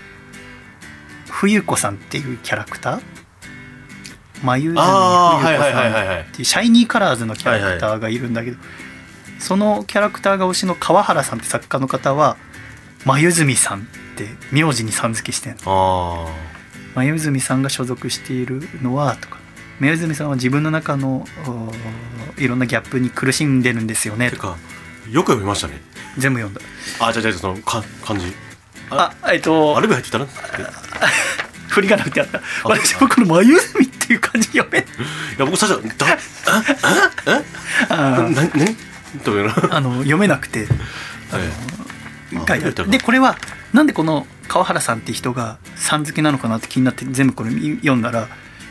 冬子さんっていうキャラクター眉住冬子
ああはいはいは
さ
いはい
ん
は
っていうシャイニーカラーズのキャラクターがいるんだけど、そのキャラクターが推しの川原さんって作家の方は眉住さんって名字にさん付けしてんの
あ
眉住さんが所属しているのはとか眉住さんは自分の中のおいろんなギャップに苦しんでるんですよ
あ
ね
て
とか
かよく読みましたね
全部読んだ
あじゃじゃそのか漢字
あ
あ
えっと
アルベ入ってたなってい
振りがなくてあった私はこの眉住っていう感じ読めん
や僕最初だ
あ
な
ー
なねどういうのは
あの読めなくて
いあ
書いてあ
アルベ入って
る
た
でこれはなんでこの川原さんって人がさん付けなのかなって気になって全部これ読んだら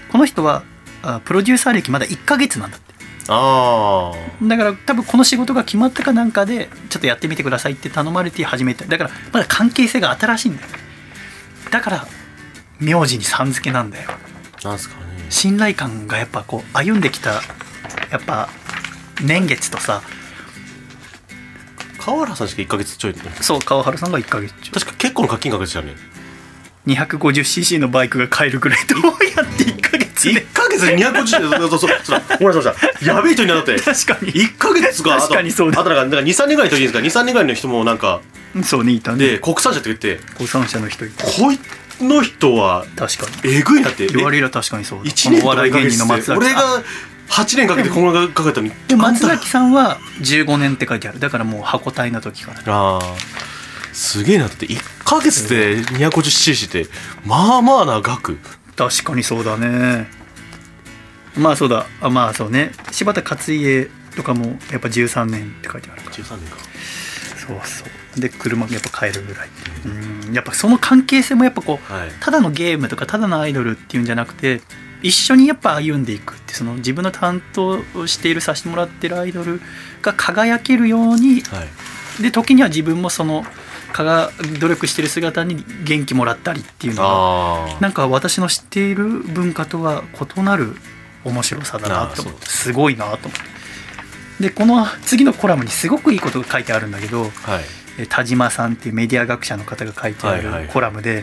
この人はあプロデューサー歴まだ1ヶ月なんだって
ああ
だから多分この仕事が決まったかなんかでちょっとやってみてくださいって頼まれて始めただからまだ関係性が新しいんだよだから名字にさん付けなんだよ
なんすかね
信頼感がやっぱこう歩んできたやっぱ年月とさ
川原さんしか1か月ちょい確
そう川原さんが1ヶ月中
か結構の課金額でしたよね
250cc のバイクが買えるぐらいどうやって1ヶ月で
1か月で250そうそうそうそう思い出しましたやべえ人になって
確かに
1か月か
確かにそうだ
あとあとなんか23年ぐらいの時ですか23年ぐらいの人もなんか
そうねいたね
で国産車って言って
高三者の人いた
こいの人は
確かに
えぐいなって
言われりゃ確かにそうだ
1年
このお
とか
笑い
1ヶ
芸
月
人の
っ
松
て
崎
俺
さん
が8年かけてこんがかけたのに
で松崎さんは15年って書いてあるだからもう箱体の時から
ああすげえなだって1か月で 250cc ってまあまあな額
確かにそうだねまあそうだあまあそうね柴田勝家とかもやっぱ13年って書いてあるから
13年か
そうそうで車やっぱ買えるぐらいうんやっぱその関係性もやっぱこう、
はい
ただのゲームとかただのアイドルっていうんじゃなくて一緒にやっぱ歩んでいくってその自分の担当しているさせてもらってるアイドルが輝けるように
はい
で時には自分もそのかが努力してる姿に元気もらったりっていうのが
ああ
なんか私の知っている文化とは異なる面白さだなと思っ
ああそう
てすごいなと思ってでこの次のコラムにすごくいいことが書いてあるんだけど
はい
え田島さんっていうメディア学者の方が書いてあ
はいはい
るコラムで、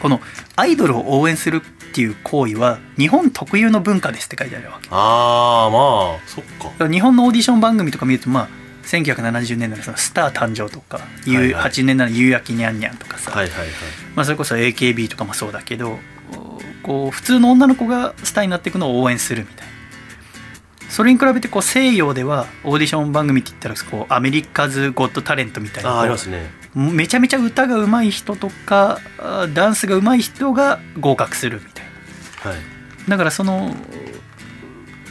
このアイドルを応援するっていう行為は日本特有の文化ですって書いてあるわけ
ああまあそっか
だから日本のオーディション番組とか見るとまあ1970年代のそのスター誕生とか、
いはい
8年代の夕焼けにゃんにゃんとかさ、
はいはいはい
まあ、それこそ AKB とかもそうだけどこう普通の女の子がスターになっていくのを応援するみたいなそれに比べてこう西洋ではオーディション番組って言ったらこうアメリカズ・ゴッド・タレントみたいな
あ
こう
あありますね
めちゃめちゃ歌が上手い人とかあダンスが上手い人が合格するみたいな
はい
だからその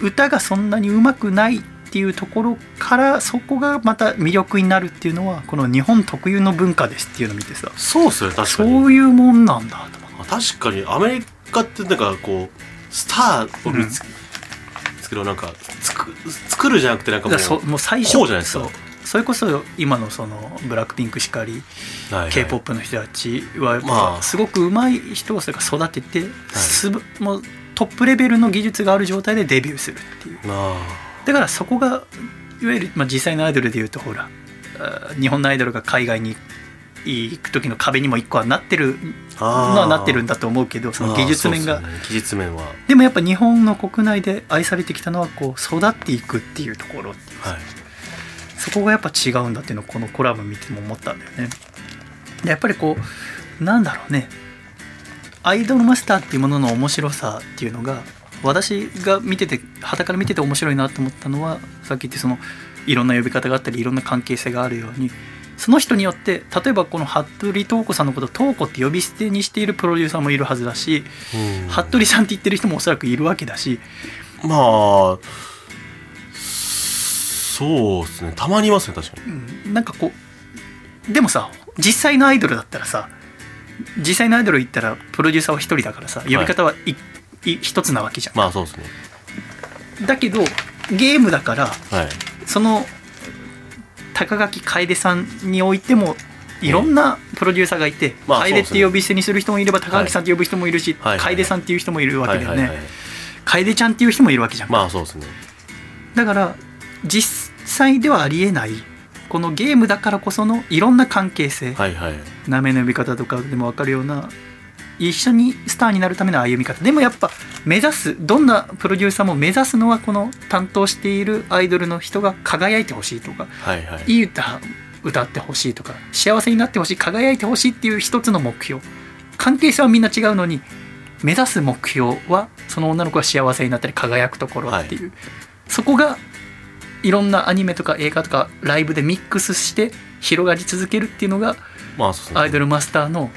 歌がそんなに上手くないっていうところからそこがまた魅力になるっていうのはこの日本特有の文化ですっていうのを見てさ
そうっすね確か
そ
に
ういうもんなんだと思って
あ確かにアメリカってなんかこうスターを見つ,、けどなんかつく作るじゃなくてなんか
だ
も
か
う
らそもう最初
こうじゃないですか
そうそれこそ今のそのブラックピンクしかり
はいはい
k p o p の人たちはやっぱ
まあ
すごく上手い人をそれから育てて、すぶもうトップレベルの技術がある状態でデビューするっていう
あ
だからそこがいわゆる、まあ、実際のアイドルでいうとほらあー日本のアイドルが海外に行く時の壁にも一個はなってる
ー
の
あ
はなってるん
だ
だと思うけどその技術面が、
技術面ははい
でもやっぱ日本の国内で愛されてきたのはこう育っていくっていうところっていうそこがやっぱ違うんだっていうのをこのコラム見ても思ったんだよね。でやっぱりこうなんだろうねアイドルマスターっていうものの面白さっていうのが私が見てて傍から見てて面白いなと思ったのはさっき言ってそのいろんな呼び方があったりいろんな関係性があるようにその人によって例えばこの服部東子さんのことを東子って呼び捨てにしているプロデューサーもいるはずだし
うん
服部さんって言ってる人もおそらくいるわけだし
まあそうですねたまにいますね確かに
うんなんかこうでもさ実際のアイドルだったらさ実際のアイドル行ったらプロデューサーは一人だからさ呼び方はいい一つなわけじゃん、
まあそうですね
だけどゲームだから
はい
その高垣楓さんにおいてもいろんなプロデューサーがいて、
まあ
楓っ
そうですね
て呼び捨てにする人もいれば高垣さんって呼ぶ人もいるし、
はいはいはい
楓さんっていう人もいるわけだよね、
はいはいはい
楓ちゃんっていう人もいるわけじゃん、
まあそうですね
だから実際ではありえないこのゲームだからこそのいろんな関係性、
はいはい
なめの呼び方とかでも分かるような一緒にスターになるための歩み方でもやっぱ目指すどんなプロデューサーも目指すのはこの担当しているアイドルの人が輝いてほしいとか
はいはい
いい歌歌ってほしいとか幸せになってほしい輝いてほしいっていう一つの目標関係性はみんな違うのに目指す目標はその女の子が幸せになったり輝くところっていう、そこがいろんなアニメとか映画とかライブでミックスして広がり続けるっていうのが
まあそうですね
アイドルマスターの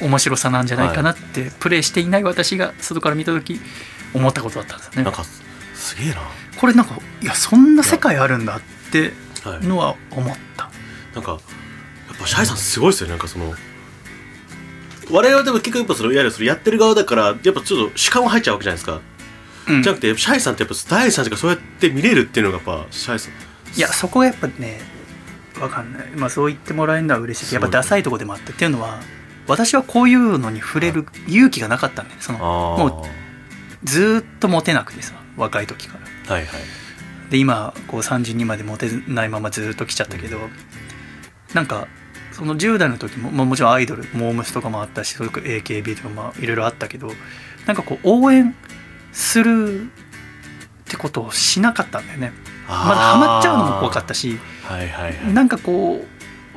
面白さなんじゃないかなって、プレイしていない私が外から見た時思ったことだったんです
な
ね
んかすすげえな
これなんかいやそんな世界あるんだって
はい
のは思った
なんかやっぱシャイさんすごいですよねなんかその我々でも結局やっぱそのいわゆるそれやってる側だからやっぱちょっと主観は入っちゃうわけじゃないですか、
うん
じゃなくてシャイさんってやっぱ第三者がそうやって見れるっていうのがやっぱシャイさん
いやそこがやっぱねわかんない、まあ、そう言ってもらえるのは嬉しいけどやっぱダサいとこでもあってっていうのは私はこういうのに触れる勇気がなかったんだよねその
ああ
もずーっとモテなくてさ若い時から
はいはい
で今こう32までモテないままずーっと来ちゃったけど、なんかその10代の時も、まあ、もちろんアイドルモームスとかもあったしそれこそ AKB とかまあいろいろあったけどなんかこう応援するってことをしなかったんだよねまだハマっちゃうのも怖かった
し
し
はいはいはい
なんかこ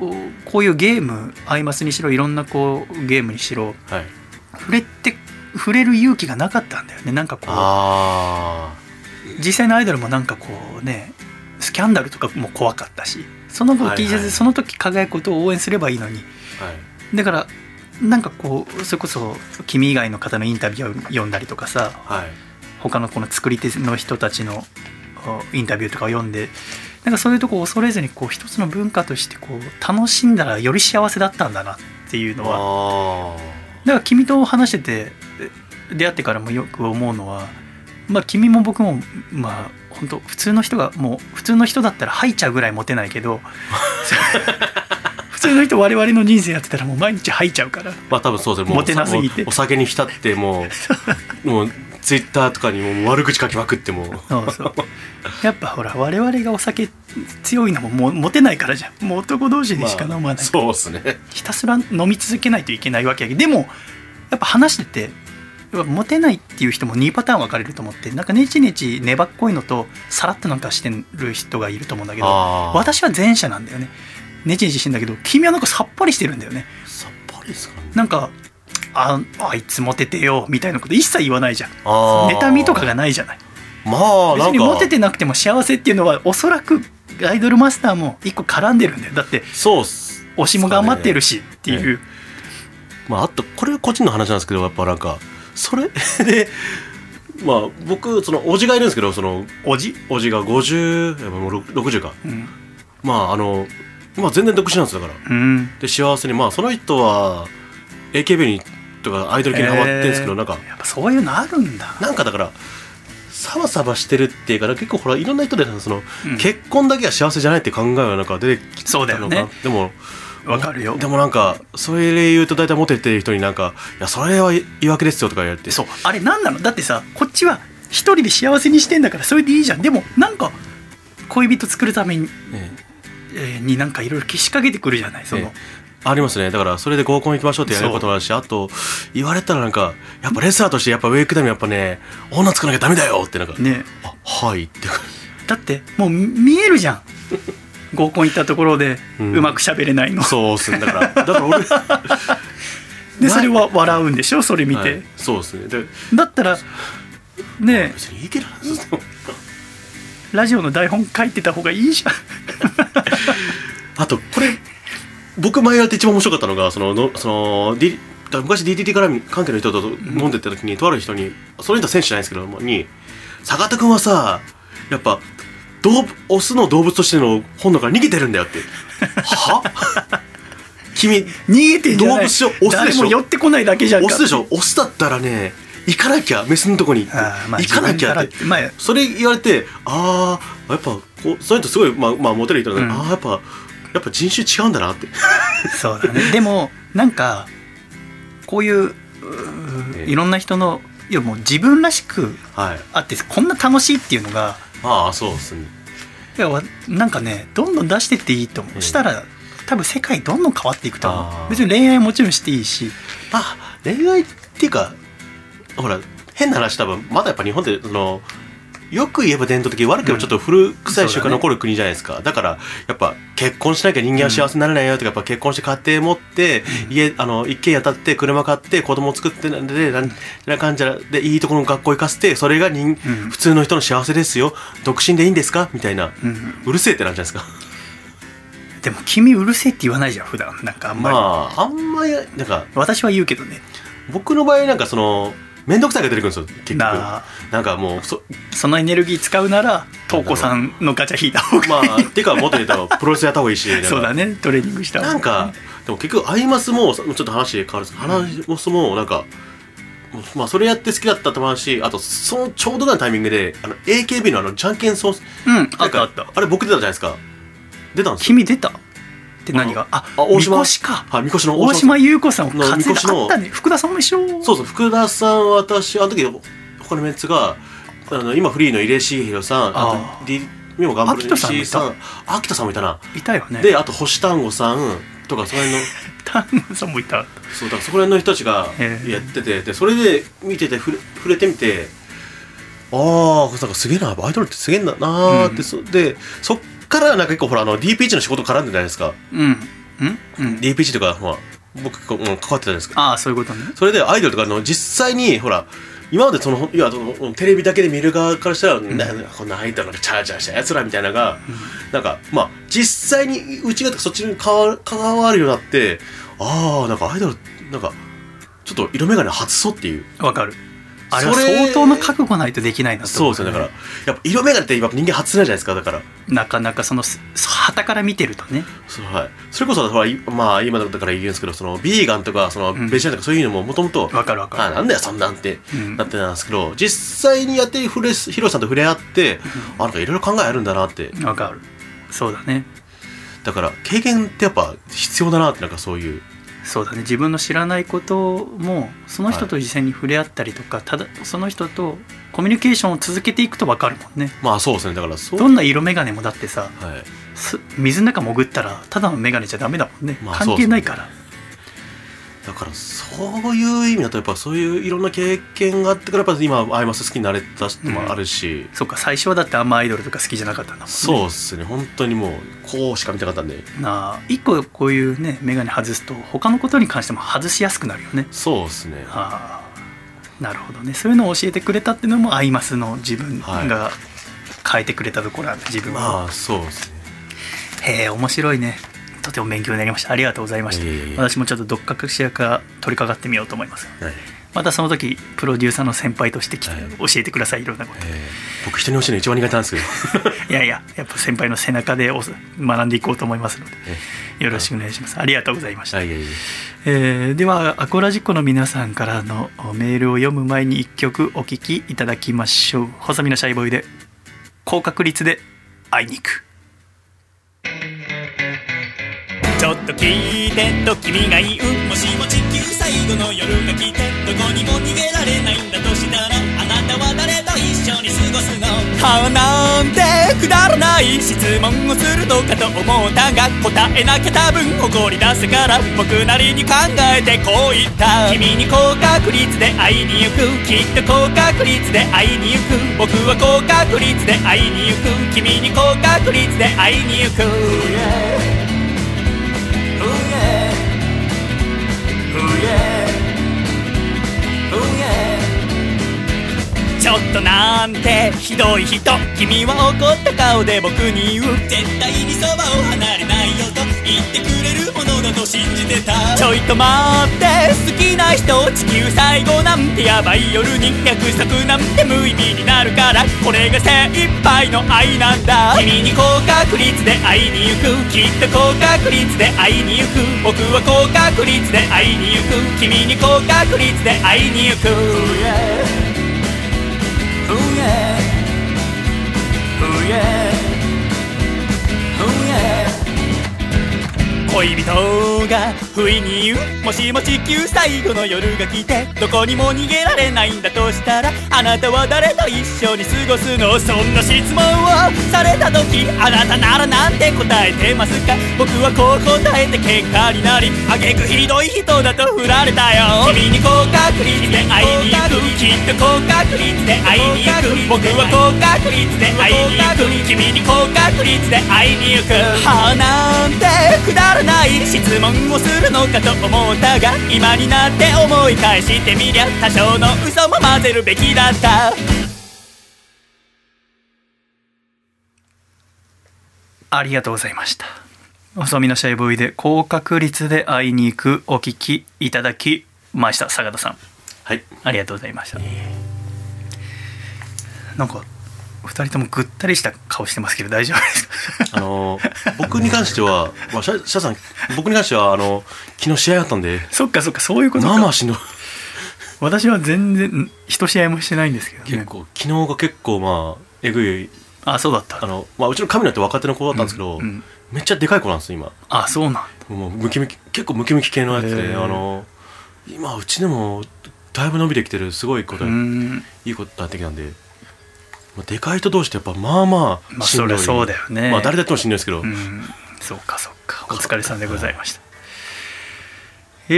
うこうこういうゲームアイマスにしろいろんなこうゲームにしろ
はい
触れて触れる勇気がなかったんだよねなんかこう
あ
実際のアイドルもなんかこうねスキャンダルとかも怖かったしその分
はいはい
T シャツその時輝くことを応援すればいいのに
あはい
だからなんかこうそれこそ君以外の方のインタビューを読んだりとかさ
はい
他のこの作り手の人たちのあインタビューとかを読んでなんかそういうとこを恐れずにこう一つの文化としてこう楽しんだらより幸せだったんだなっていうのは
あ
だから君と話しててえ出会ってからもよく思うのは、まあ、君も僕もまあ本当普通の人がもう普通の人だったら吐いちゃうぐらいモテないけど普通の人我々の人生やってたらもう毎日吐いちゃうから
まあ多分そうですねもう
モテなすぎて
おお酒に浸ってもうもうツイッターとかにも悪口書きまくってもう
そうそうやっぱほら我々がお酒強いのももうモテないからじゃんもう男同士で <laughs> しか飲まない、
まあそうですね
ひたすら飲み続けないといけないわけやけどでもやっぱ話しててやっぱモテないっていう人も2パターン分かれると思ってなんかネチネチ粘っこいのとさらっとなんかしてる人がいると思うんだけど
あー
私は前者なんだよねネチネチしてんだけど君はなんかさっぱりしてるんだよね
さっぱりですかね
なんかああいつモテてよみたいなこと一切言わないじゃん
あー
妬みとかがないじゃない
まあ
別
なん
に
か
モテてなくても幸せっていうのはおそらくアイドルマスターも一個絡んでるんだよだって
そうっす
推しも頑張ってるしっていう、
まあ、あとこれは個人の話なんですけどやっぱなんかそれ <laughs> でまあ僕そのおじがいるんですけどその
おじ、
おじが50やっぱもう6 60か
うん
まああのまあ全然独身なんですよだから
うん
で幸せにまあその人は AKB にとかアイドル系にハマってるんですけど、
えー
なんか
やっぱそういうのあるんだ
なんかだからサバサバしてるっていうか結構ほらいろんな人でその、
うん
結婚だけは幸せじゃないっていう考えがなんか出てきた
そうだ
のか
よ
な、
ね
でも
わかるよ
でもなんかそれで言うと大体モテてる人になんか「いやそれは言い訳ですよ」とか言われて
そうあれ何なのだってさこっちは一人で幸せにしてんだからそれでいいじゃんでもなんか恋人作るために,、
ええ
えーになんかいろいろけしかけてくるじゃないその、
ええありますねだからそれで合コン行きましょうってやることもあるしあと言われたらなんかやっぱレスラーとしてやっぱウェイクダムやっぱね女つかなきゃダメだよってなんか、
ね
あはいっていうか
だってもう見える
<laughs>
じゃん合コン行ったところでう
うん
まく喋れないの、
そうっすねだ
<laughs>
からだから俺
でそれは笑うんでしょそれ見て、
はいそうですねで
だったらねえ
別にいいけどな
ラジオの台本書いてた方がいいじゃん
あとこれ僕前やって一番面白かったのがそののその、D、昔 DTT 絡み関係の人と飲んでた時に、とある人にその人は選手じゃないですけどもに「坂田君はさやっぱ動物オスの動物としての本能から逃げてるんだよ」って「は君 <laughs>
逃げてんじゃない
動物を押すでしょ
誰も寄ってこないだけじゃんか
オスでしょオスだったらね行かなきゃメスのとこに、
あーまあ
行かなきゃ」っ
自
て
分からまあ
それ言われてああやっぱこうその人すごい、まあまあ、モテる人なんだけど、
うん
ああやっぱやっぱ人種違うんだなって。
そうだね。でもなんかこういううー
ええ
いろんな人のいやもう自分らしく
はい
あってこんな楽しいっていうのが
ああそうですね
いやわなんかねどんどん出してっていいと思
え
う。
え
したら多分世界どんどん変わっていくと思
あ
う。
ー
別に恋愛もちろんしていいし。
あ恋愛っていうかほら変な話多分まだやっぱ日本ってそのよく言えば伝統的悪く言えばちょっと古臭い習慣が残る国じゃないですか、だからやっぱ結婚しなきゃ人間は幸せになれないよとか、やっぱ結婚して家庭持って、家あの一軒家建って車買って子供作ってなんでなんなんかんじゃらでいいところの学校行かせてそれが人、
ん
普通の人の幸せですよ独身でいいんですかみたいな、
うん、
うるせえってなんじゃないですか
でも君うるせえって言わないじゃん普段なんかあんまり、
まああんまりなんか
私は言うけどね
僕の場合なんかその面倒くさいが出てくるんですよ結局
な
な
あ
んかもうそ <laughs>
そのエネルギー使うなら瞳子さんのガチャ引いた方がいい、
まあていうかもっと言うとプロレスやった方がいいしなん
<laughs>
か
そうだねトレーニングした方が
なんかでも結局アイマスもちょっと話変わるんですけど、アイマスもなんかまあそれやって好きだったと思うしあとそのちょうどなタイミングであの AKB のあのじゃんけんそう
うんあ
なん
っ
か
たあった
あれ僕出たじゃないですか出たんですよ
君出たって何があ
あ大島
みこしか
はいみこしの
大島優子さんを
の
担い
みこ
だ
しの
あったね福田さんも一緒
そうそう福田さん私あの時他のメンツがあの今フリーの入江茂弘さん
あ
あと D にも頑張る
秋田さんもいた
石井秋田さんもいたない
たよね
であと星単語さんとかその辺の
丹野さんもいた
そうだからそこら辺の人たちが
へえ
やっててでそれで見てて触れ触れてみてああなんかすげえなアイドルってすげえんだなーって、
うん
そでそっからなんか結構ほらあの DPH の仕事絡んでるじゃないですか、
うんうんうん
DPH とかほら僕結構、うん、関わってたじゃないですか
ああそういうことね
それでアイドルとかの実際にほら今までそのいやそのテレビだけで見る側からしたら、なこんなアイドルなんかチャーチャーしたやつらみたいなのが、なんかまあ実際にうちがそっちに関わ関わるようになってああなんかアイドルなんかちょっと色眼鏡外そうっていう
わかるあれは
それ
相当な覚悟ないとできないなと
そう
思
ですよねだからやっぱ色眼鏡って今人間外せないじゃないですかだから
なかなかそのはたから見てるとね
そうはい、それこそほらいまあ今だから言うんですけどそのビーガンとかその
ん
ベジタリアンとかそういうのももともと
わかるわかる
あなんだよそんなんって、
うん
なってたんですけど実際にやってフレスヒロさんと触れ合って、あなんかいろいろ考えあるんだなって
わかるそうだね
だから経験ってやっぱ必要だなってなんかそういう
そうだね自分の知らないこともその人と実際に触れ合ったりとか、ただその人とコミュニケーションを続けていくとわかるもんね
まあそうですねだからそう
どんな色眼鏡もだってさ
はい、
す水の中潜ったらただの眼鏡じゃダメだもんね、
まあ
関係ないから
だからそういう意味だとやっぱそういういろんな経験があってからやっぱ今アイマス好きになれたのもあるし、
そうか最初はだってあんまアイドルとか好きじゃなかったんだもんね
そうですね本当にもうこうしか見たかったんで
なあ一個こういうね眼鏡外すと他のことに関しても外しやすくなるよね
そうですね
ああなるほどねそういうのを教えてくれたっていうのもアイマスの自分が変えてくれたところなんだ自分は、
まあそうですね
へえ面白いねとても勉強になりましたありがとうございました、
いえいえいえ
私もちょっとどっかくしらか取り掛かってみようと思います
はい
またその時プロデューサーの先輩として来て
はい
教えてくださいいろんなこと
えー僕人に教えるの一番苦手なん <laughs> ですけど
いやいややっぱ先輩の背中でお学んでいこうと思いますので
え
よろしくお願いしますありがとうございました
はいはいはい
えーではアコラジコの皆さんからのメールを読む前に一曲お聴きいただきましょう細身のシャイボーイで高確率で会いに行く
ちょっと聞いてと君が言うもしも地球最後の夜が来てどこにも逃げられないんだとしたらあなたは誰と一緒に過ごすのはあなんてくだらない質問をするのかと思ったが答えなきゃ多分怒り出すから僕なりに考えてこう言った君に高確率で会いに行くきっと高確率で会いに行く僕は高確率で会いに行く君に高確率で会いに行く、Oh yeah. Oh yeah. Oh yeah. ちょっとなんてひどい人君は怒った顔で僕に言う絶対にそばを離れないよと言ってくれるものだと信じてたちょいと待って好きな人地球最後なんてやばい夜に約束なんて無意味になるからこれが精一杯の愛なんだ君に高確率で会いに行くきっと高確率で会いに行く僕は高確率で会いに行く君に高確率で会いに行く Oh yeah. Oh yeah. Oh yeah. Oh yeah. 恋人が不意に言うもしも地球最後の夜が来てどこにも逃げられないんだとしたらあなたは誰と一緒に過ごすのそんな質問をされた時あなたならなんて答えてますか僕はこう答えて結果になり挙句ひどい人だと振られたよ君に高確率で会いに行くきっと高確率で会いに行く僕は高確率で会いに行く君に高確率で会いに行くはあなんてくだらない質問をするのかと思ったが今になって思い返してみりゃ多少の嘘も混ぜるべきだった
ありがとうございました細身のシャイボーイで高確率で会いに行くお聞きいただきました坂田さん
はい
ありがとうございましたなんか二人ともぐったりした顔してますけど大丈夫ですか <laughs>
あのー僕に関しては、まあ、シャシャさん僕に関してはあの昨日試合あったんで
そっかそっかそういうこと
生
か
しんどい
私は全然ん一試合もしてないんですけどね
結構昨日が結構まあえぐい
あそうだった
あの、まあ、うちの神野って若手の子だったんですけど、
うんうん
めっちゃでかい子なんですよ今
あそうなんだ
もうムキムキ結構ムキムキ系のやつ
へ
で
ー
あの今うちでもだいぶ伸びてきてるすごいこと
うーん
いいことになってきたんで、まあ、でかい人同士ってやっぱまあまあ
まあ
しんど
そ
い、
りゃそうだよね
まあ誰だってもしんどいですけど、
う
はい
んそうかそうかお疲れさんでございましたえ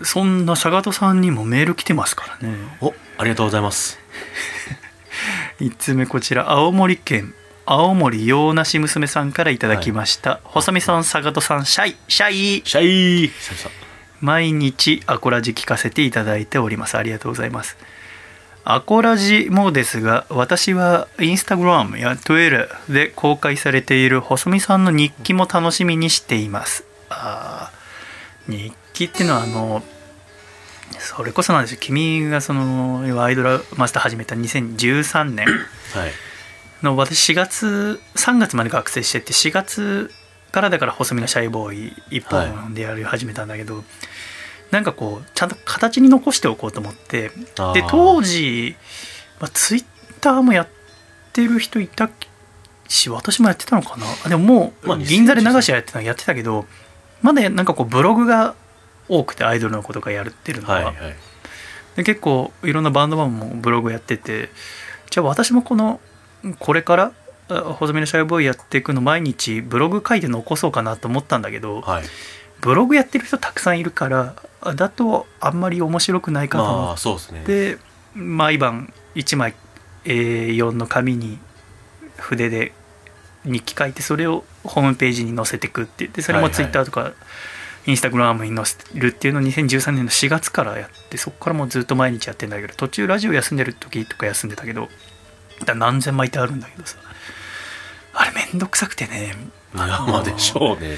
ー、そんな佐賀戸さんにもメール来てますからね
おありがとうございます
1通目こちら青森県青森洋梨娘さんからいただきました、細見さん佐賀戸さんシャイシャイ
シャイ久々
毎日アコラジ聞かせていただいておりますありがとうございますアコラジもですが私はインスタグラムや Twitter で公開されている細見さんの日記も楽しみにしていますあー日記ってのはあのそれこそなんですよ君がその要はアイドルマスター始めた2013年
はい
の私4月3月まで学生してて4月からだから細身のシャイボーイ一本でやり始めたんだけど、なんかこうちゃんと形に残しておこうと思って
あー
で当時、まあ、ツイッターもやってる人いたし私もやってたのかなあでももう、
まあ
銀座で流しやってたのやってたけどまだなんかこうブログが多くてアイドルのことがやるってるのは、
はいはい
で結構いろんなバンドマンもブログやっててじゃあ私もこのこれからあ細身のシャイボーイやっていくの毎日ブログ書いて残そうかなと思ったんだけど
はい
ブログやってる人たくさんいるからあだとあんまり面白くないかと思
ま
っ
あそうですね
て、毎晩1枚 A4 の紙に筆で日記書いてそれをホームページに載せてくってでそれ
は
も
いはい
ツイッターとかインスタグラムに載せるっていうのを2013年の4月からやってそこからもうずっと毎日やってんだけど途中ラジオ休んでる時とか休んでたけどだから何千枚ってあるんだけどさあれめんどくさくてね
まあまあでしょうね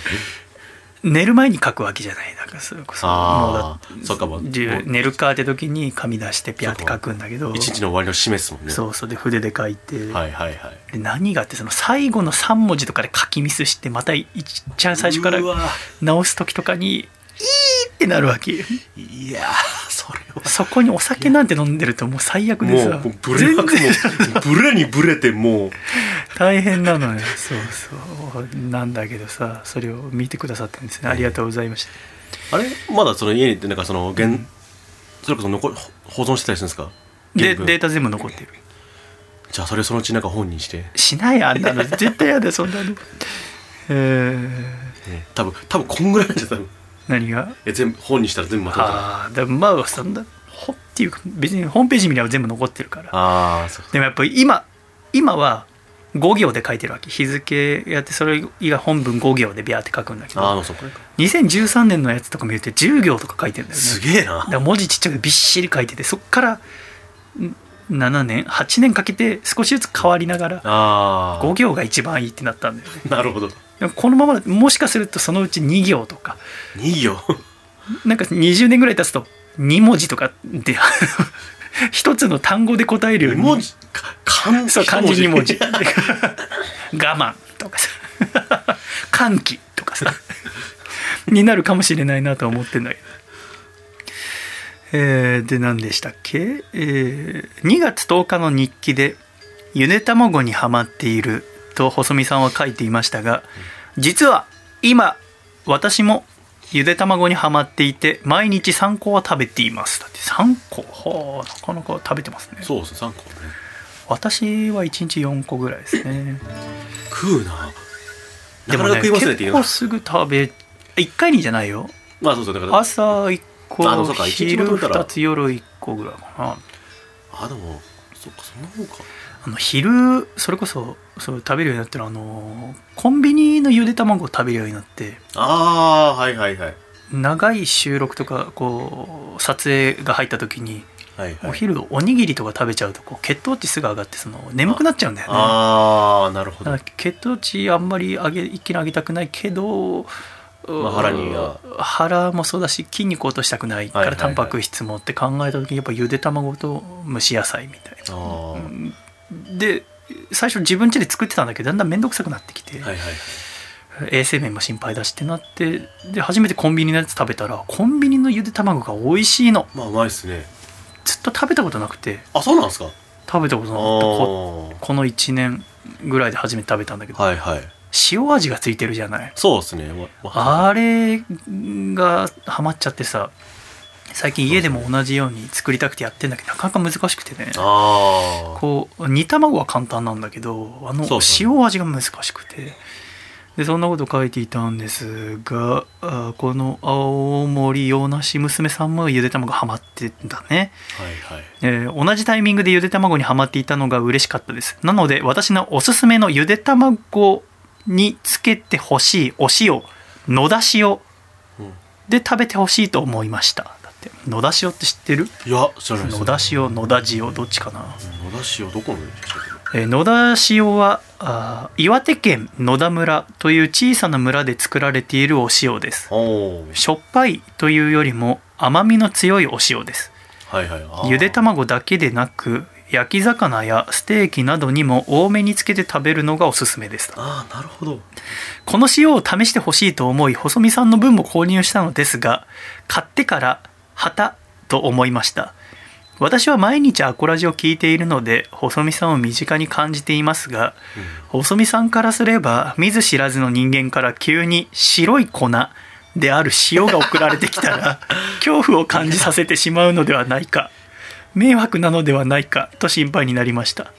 寝る前に書くわけじゃないだからそれこそもうだ
ああそっかもう
じゅ寝るかって時に紙出してピャって書くんだけど
一日の終わりの締めですもんね
そうそうで筆で書いて、
はいはいはい
で何があってその最後の3文字とかで書きミスしてまたいっちゃん最初から
うわ
直す時とかに「いい!」ってなるわけ
いやーそれは
そこにお酒なんて飲んでるともう最悪で
も
さ
うもうブレなくも
全然
うブレにブレてもう
大変なのよそうそうなんだけどさそれを見てくださってるんですねありがとうございました
あれまだその家になんかその現それこそ残保存してたりするんですか
で
原文
データ全部残ってる
じゃあそれそのうちなんか本にして、ね、
しないあんなの絶対やだよそんなのえー、
多分多分こんぐらいなんじゃ多分
何が
え全部本にしたら全部まとめたら
ああでもまあそんなほっていうか別にホームページ見れば全部残ってるから
ああそうか
でもやっぱり今今は5行で書いてるわけ日付やってそれ以外本文5行でビャーって書くんだけ
ああ
ど
もうそうこれか
2013年のやつとか見ると10行とか書いてるんだよね
すげえ
だ
な
から文字ちっちゃくてびっしり書いててそっからん7年8年かけて少しずつ変わりながら
あ
5行が一番いいってなったんだよね
あ <laughs> なるほど
でもこのままだもしかするとそのうち2行とか
2行
なんか20年ぐらい経つと2文字とかであの <laughs> 一つの単語で答えるよう
2
に
文字か漢
そう漢字2文字
一
<laughs> 我慢とかさ歓喜とかさになるかもしれないなとは思ってんだけど、えーで何でしたっけ、えー2月10日の日記で「ゆで卵にはまっている」と細見さんは書いていましたが実は今私もゆで卵にはまっていて毎日3個は食べていますだって3個はあなかなか食べてますね
<laughs> そうですね3個ね
私は1日4個ぐらいですね
食うなな
で
か
も
<laughs> なか食いますねっ
結
て言う
構
な
すぐ食べ1回にじゃないよ
まあそうそうだから
朝1個
あでもそうか一日
昼
まとめたら
2つ夜1個ぐらいかな
あでもそっかそんなもんか
あの昼それこそそう食べるようになったらあのコンビニのゆで卵を食べるようになって
ああはいはいはい
長い収録とかこう撮影が入った時に
はいは
お
い
昼おにぎりとか食べちゃうとこう血糖値すぐ上がってその眠くなっちゃうんだよね
ああなるほど
だから血糖値あんまり上げ一気に上げたくないけど、
まあ腹には
腹もそうだし筋肉を落としたくないか
はい
ら
はいは
タ
い
ンパク質もって考えた時にやっぱゆで卵と蒸し野菜みたい
あ
な。
あ、はい
で最初自分家で作ってたんだけどだんだん面倒くさくなってきて、
はいはい
衛生面も心配だしってなってで初めてコンビニのやつ食べたらコンビニのゆで卵が美味しいの
まあうまいっすね
ずっと食べたことなくて
あそうなんですか
食べたことなかっ
あ
たこ
ー
この1年ぐらいで初めて食べたんだけど、
はいはい
塩味がついてるじゃない
そうですねわわ
あれがハマっちゃってさ最近家でも同じように作りたくてやってんだけどなかなか難しくてね
あー
こう煮卵は簡単なんだけどあの
そうそう
塩味が難しくてでそんなこと書いていたんですがあこの青森洋梨娘さんもゆで卵ハマってんだね
はいはい
えー同じタイミングでゆで卵にはまっていたのが嬉しかったですなので私のおすすめのゆで卵につけてほしいお塩野田塩
うん
で食べてほしいと思いましただって野田塩って知ってる
いや知らないです
野田塩野田塩どっちかな
野田塩どこのでしょう
えー野田塩はあー岩手県野田村という小さな村で作られているお塩です
おー
しょっぱいというよりも甘みの強いお塩です
はいはいあー
ゆで卵だけでなく焼き魚やステーキなどにも多めにつけて食べるのがおすすめです
ああなるほど
この塩を試してほしいと思い細見さんの分も購入したのですが買ってから旗と思いました私は毎日アコラジを聞いているので細見さんを身近に感じていますが、細見さんからすれば見ず知らずの人間から急に白い粉である塩が送られてきたら恐怖を感じさせてしまうのではないか迷惑なのではないかと心配になりました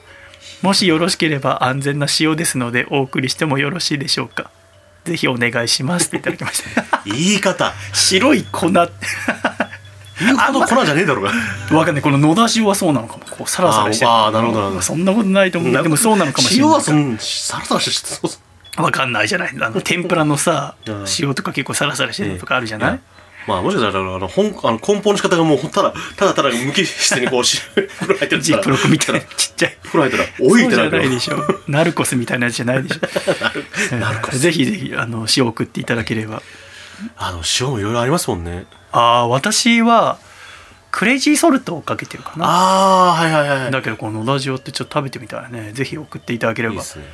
もしよろしければ安全な塩ですのでお送りしてもよろしいでしょうかぜひお願いしますっていただきました <laughs>
言い方
白い粉わ
言うほど粉じゃねえだろうが
かんないこの野田塩はそうなのかもこうサラサラして
あーあーなるほどなるほど
そんなことないと思 <laughs> うでもそうなのかもしれ
塩
な
はいそんサラサラしてそうそう
わかんないじゃないあ <laughs> の天ぷらのさ
うん
塩とか結構サラサラしてるのとかあるじゃない、
いやまあもしかしたらあの本あの梱包の仕方がもうただただただ無機質にこうし <laughs> 風呂入ってる
ジップロックみ <laughs> たいな
ら
ちっちゃい
風呂入ったら <laughs> 「おい!」
そ
っ
う
て
じ
な
ゃ
るか
な
ら
いでしょナルコスみたいなやつじゃないでしょ <laughs>
ナルコス
ぜひぜひあの塩送っていただければ
あの塩もいろいろありますもんね
ああー私はクレイジーソルトをかけてるかな
ああはいはいはい
だけどこの野田塩ってちょっと食べてみたらねぜひ送っていただけれ
いい
ば
ですね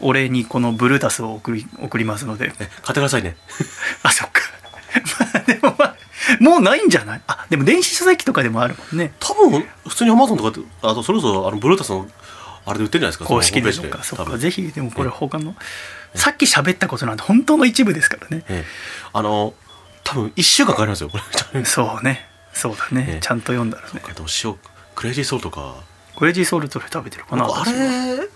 お礼にこのブルータスを送り送りますので <laughs>
買ってくださいね
あそっか <laughs> まあでもまあもうないんじゃないあでも電子書籍とかでもあるもんね
多分普通にアマゾンとかってあとそれこそあのブルータスのあれで売ってるんじゃないですか
公式で
そ
と
のホー
か
ムページ
そ
多
っか
分
ぜひでもこれ他のさっき喋ったことなんて本当の一部ですからね
ええあの多分1週間かかりますよこれ
そうねそうだね、
ええ
ちゃんと読んだらね
でも塩クレイジーソルトか
クレイジーソルトで食べてるかな
あ
私は
れ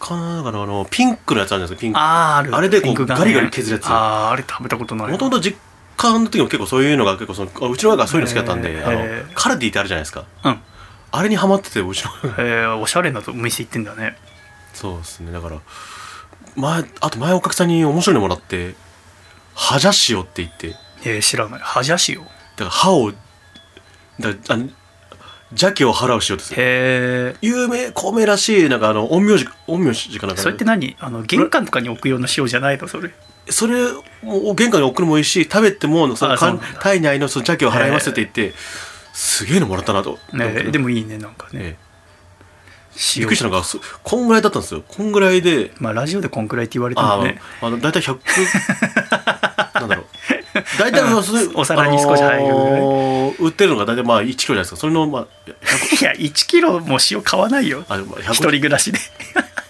かなあのピンクのやつあるじゃないですかピンク
あーある
あれでこう
ピンク
ガリガリ削るやつ
あーあれ食べたことない
もともと実家の時も結構そういうのが結構そのあうちの親がそういうの好きだったん
へ
であ
ー
のカルディってあるじゃないですか
うん
あれにハマっててうちの親が
え
<laughs>
ー、おしゃれなとお店行ってんだね
そうですねだから前あと前お客さんに面白いのもらって「はじゃ塩」って言ってだ
えー、知らない恥じゃしよ
から歯をだからあの邪気を払う塩ですよ
へえ
有名孔明らしいなんかあの陰陽師陰陽師かなんか
それって何あの玄関とかに置くような塩じゃないのそれ
それを玄関に送るのもいいし食べてもその
あそう
か
なん
ん
だ
体内のその邪気を払いますって言って、すげえのもらったなと、
ねえでもいいねなんかね
ええびっくりしたのがそこんぐらいだったんですよこんぐらいで、
まあラジオでこんくらいって言われて
あ
も
の
ね
あの大体100
<laughs>
なんだろう大体のそういう
お皿に少し入るぐらい
あのー売ってるのが大体まあ1キロじゃないですかそれのまあ
いや1キロも塩買わないよ
あまあ100
一人暮らしで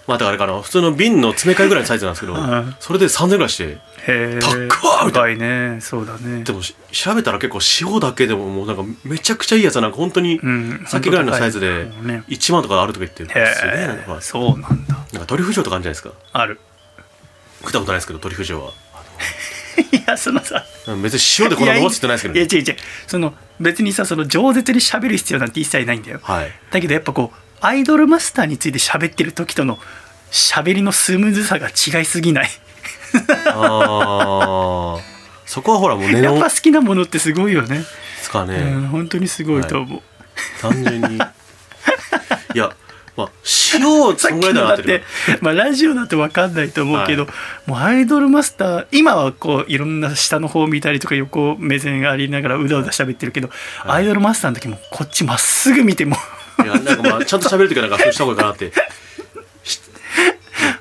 まあだからあれかな普通の瓶の詰め替えぐらいのサイズなんですけど、
ん
それで3000円ぐらいして
へえ
高っみた
いねそうだね
でもし調べたら結構塩だけでももうなんかめちゃくちゃいいやつなんか本当に
うん
さっきぐらいのサイズ
本
で
当高いね
1万とかあるとか言ってすげ
へ
えな
え、
まあ
そうなんだ
なんかトリュフ塩とかあるじゃないですか
ある <laughs>
食ったことないですけどトリュフ塩はい
やそのさ
別に塩でこんなものって言ってないですけど
いや
ね
違う違うその別にさその饒舌に喋る必要なんて一切ないんだよ
はい
だけどやっぱこうアイドルマスターについて喋ってる時との喋りのスムーズさが違いすぎない
あーそこはほらもう根
やっ
の
ぱ好きなものってすごいよね、
ですか
う
ね
ん本当にすごいと思う、
単純にいやまあ塩を
さ
そ
っ
ん
き
ぐらい
の
だな
だ
っ
ってて
る、
まあ、ラジオだと分かんないと思うけど、
は
もうアイドルマスター今はこういろんな下の方を見たりとか横目線ありながらうだうだ喋ってるけど、アイドルマスターの時もこっちまっすぐ見ても
いやなんかまあちゃんと喋るときはなんかそうした方がいいかなって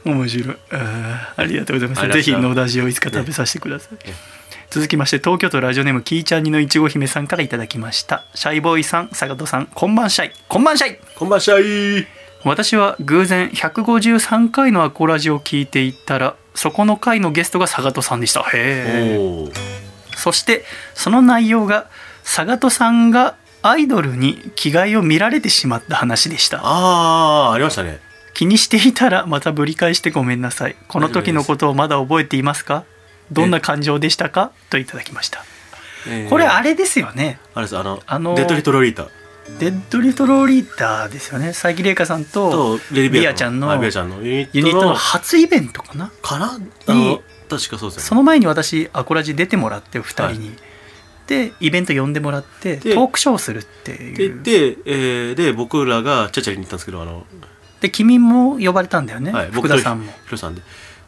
面白いあーありがとうございます
ありがと
ぜひ
うございます
野田塩をいつか食べさせてください、続きまして東京都ラジオネームキーちゃんにのいちご姫さんからいただきましたシャイボーイさん坂戸さんこんばんシャイこんばんシャイ
こんばんしゃい
私は偶然153回のアコラジを聞いていったらそこの回のゲストが佐賀戸さんでしたへえ
おー
そしてその内容が佐賀戸さんがアイドルに着替えを見られてしまった話でした
ああありましたね
気にしていたらまたぶり返してごめんなさいこの時のことをまだ覚えていますかどんな感情でしたかといただきましたこれ
あ
あれですよね
あれですあの、
あのー
デッドリトロリータ
デッドリトローリーターですよね佐伯玲香さんと
とレディ
ビ
ビ
ア
ア
ちゃんの
はいビアちゃんのユニ
ユニッ
ット
トの
の
初イベントかな
かなあの
に
確かそうです
そ
よね
の前に私アコラジ出てもらって2人に、でイベント呼んでもらってト
で
ークショーをするっていう
でで,、えーで僕らがチャチャリに行ったんですけどあの
でで君も呼ばれたんだよね、
はい、
福田さんも
僕とひろさんで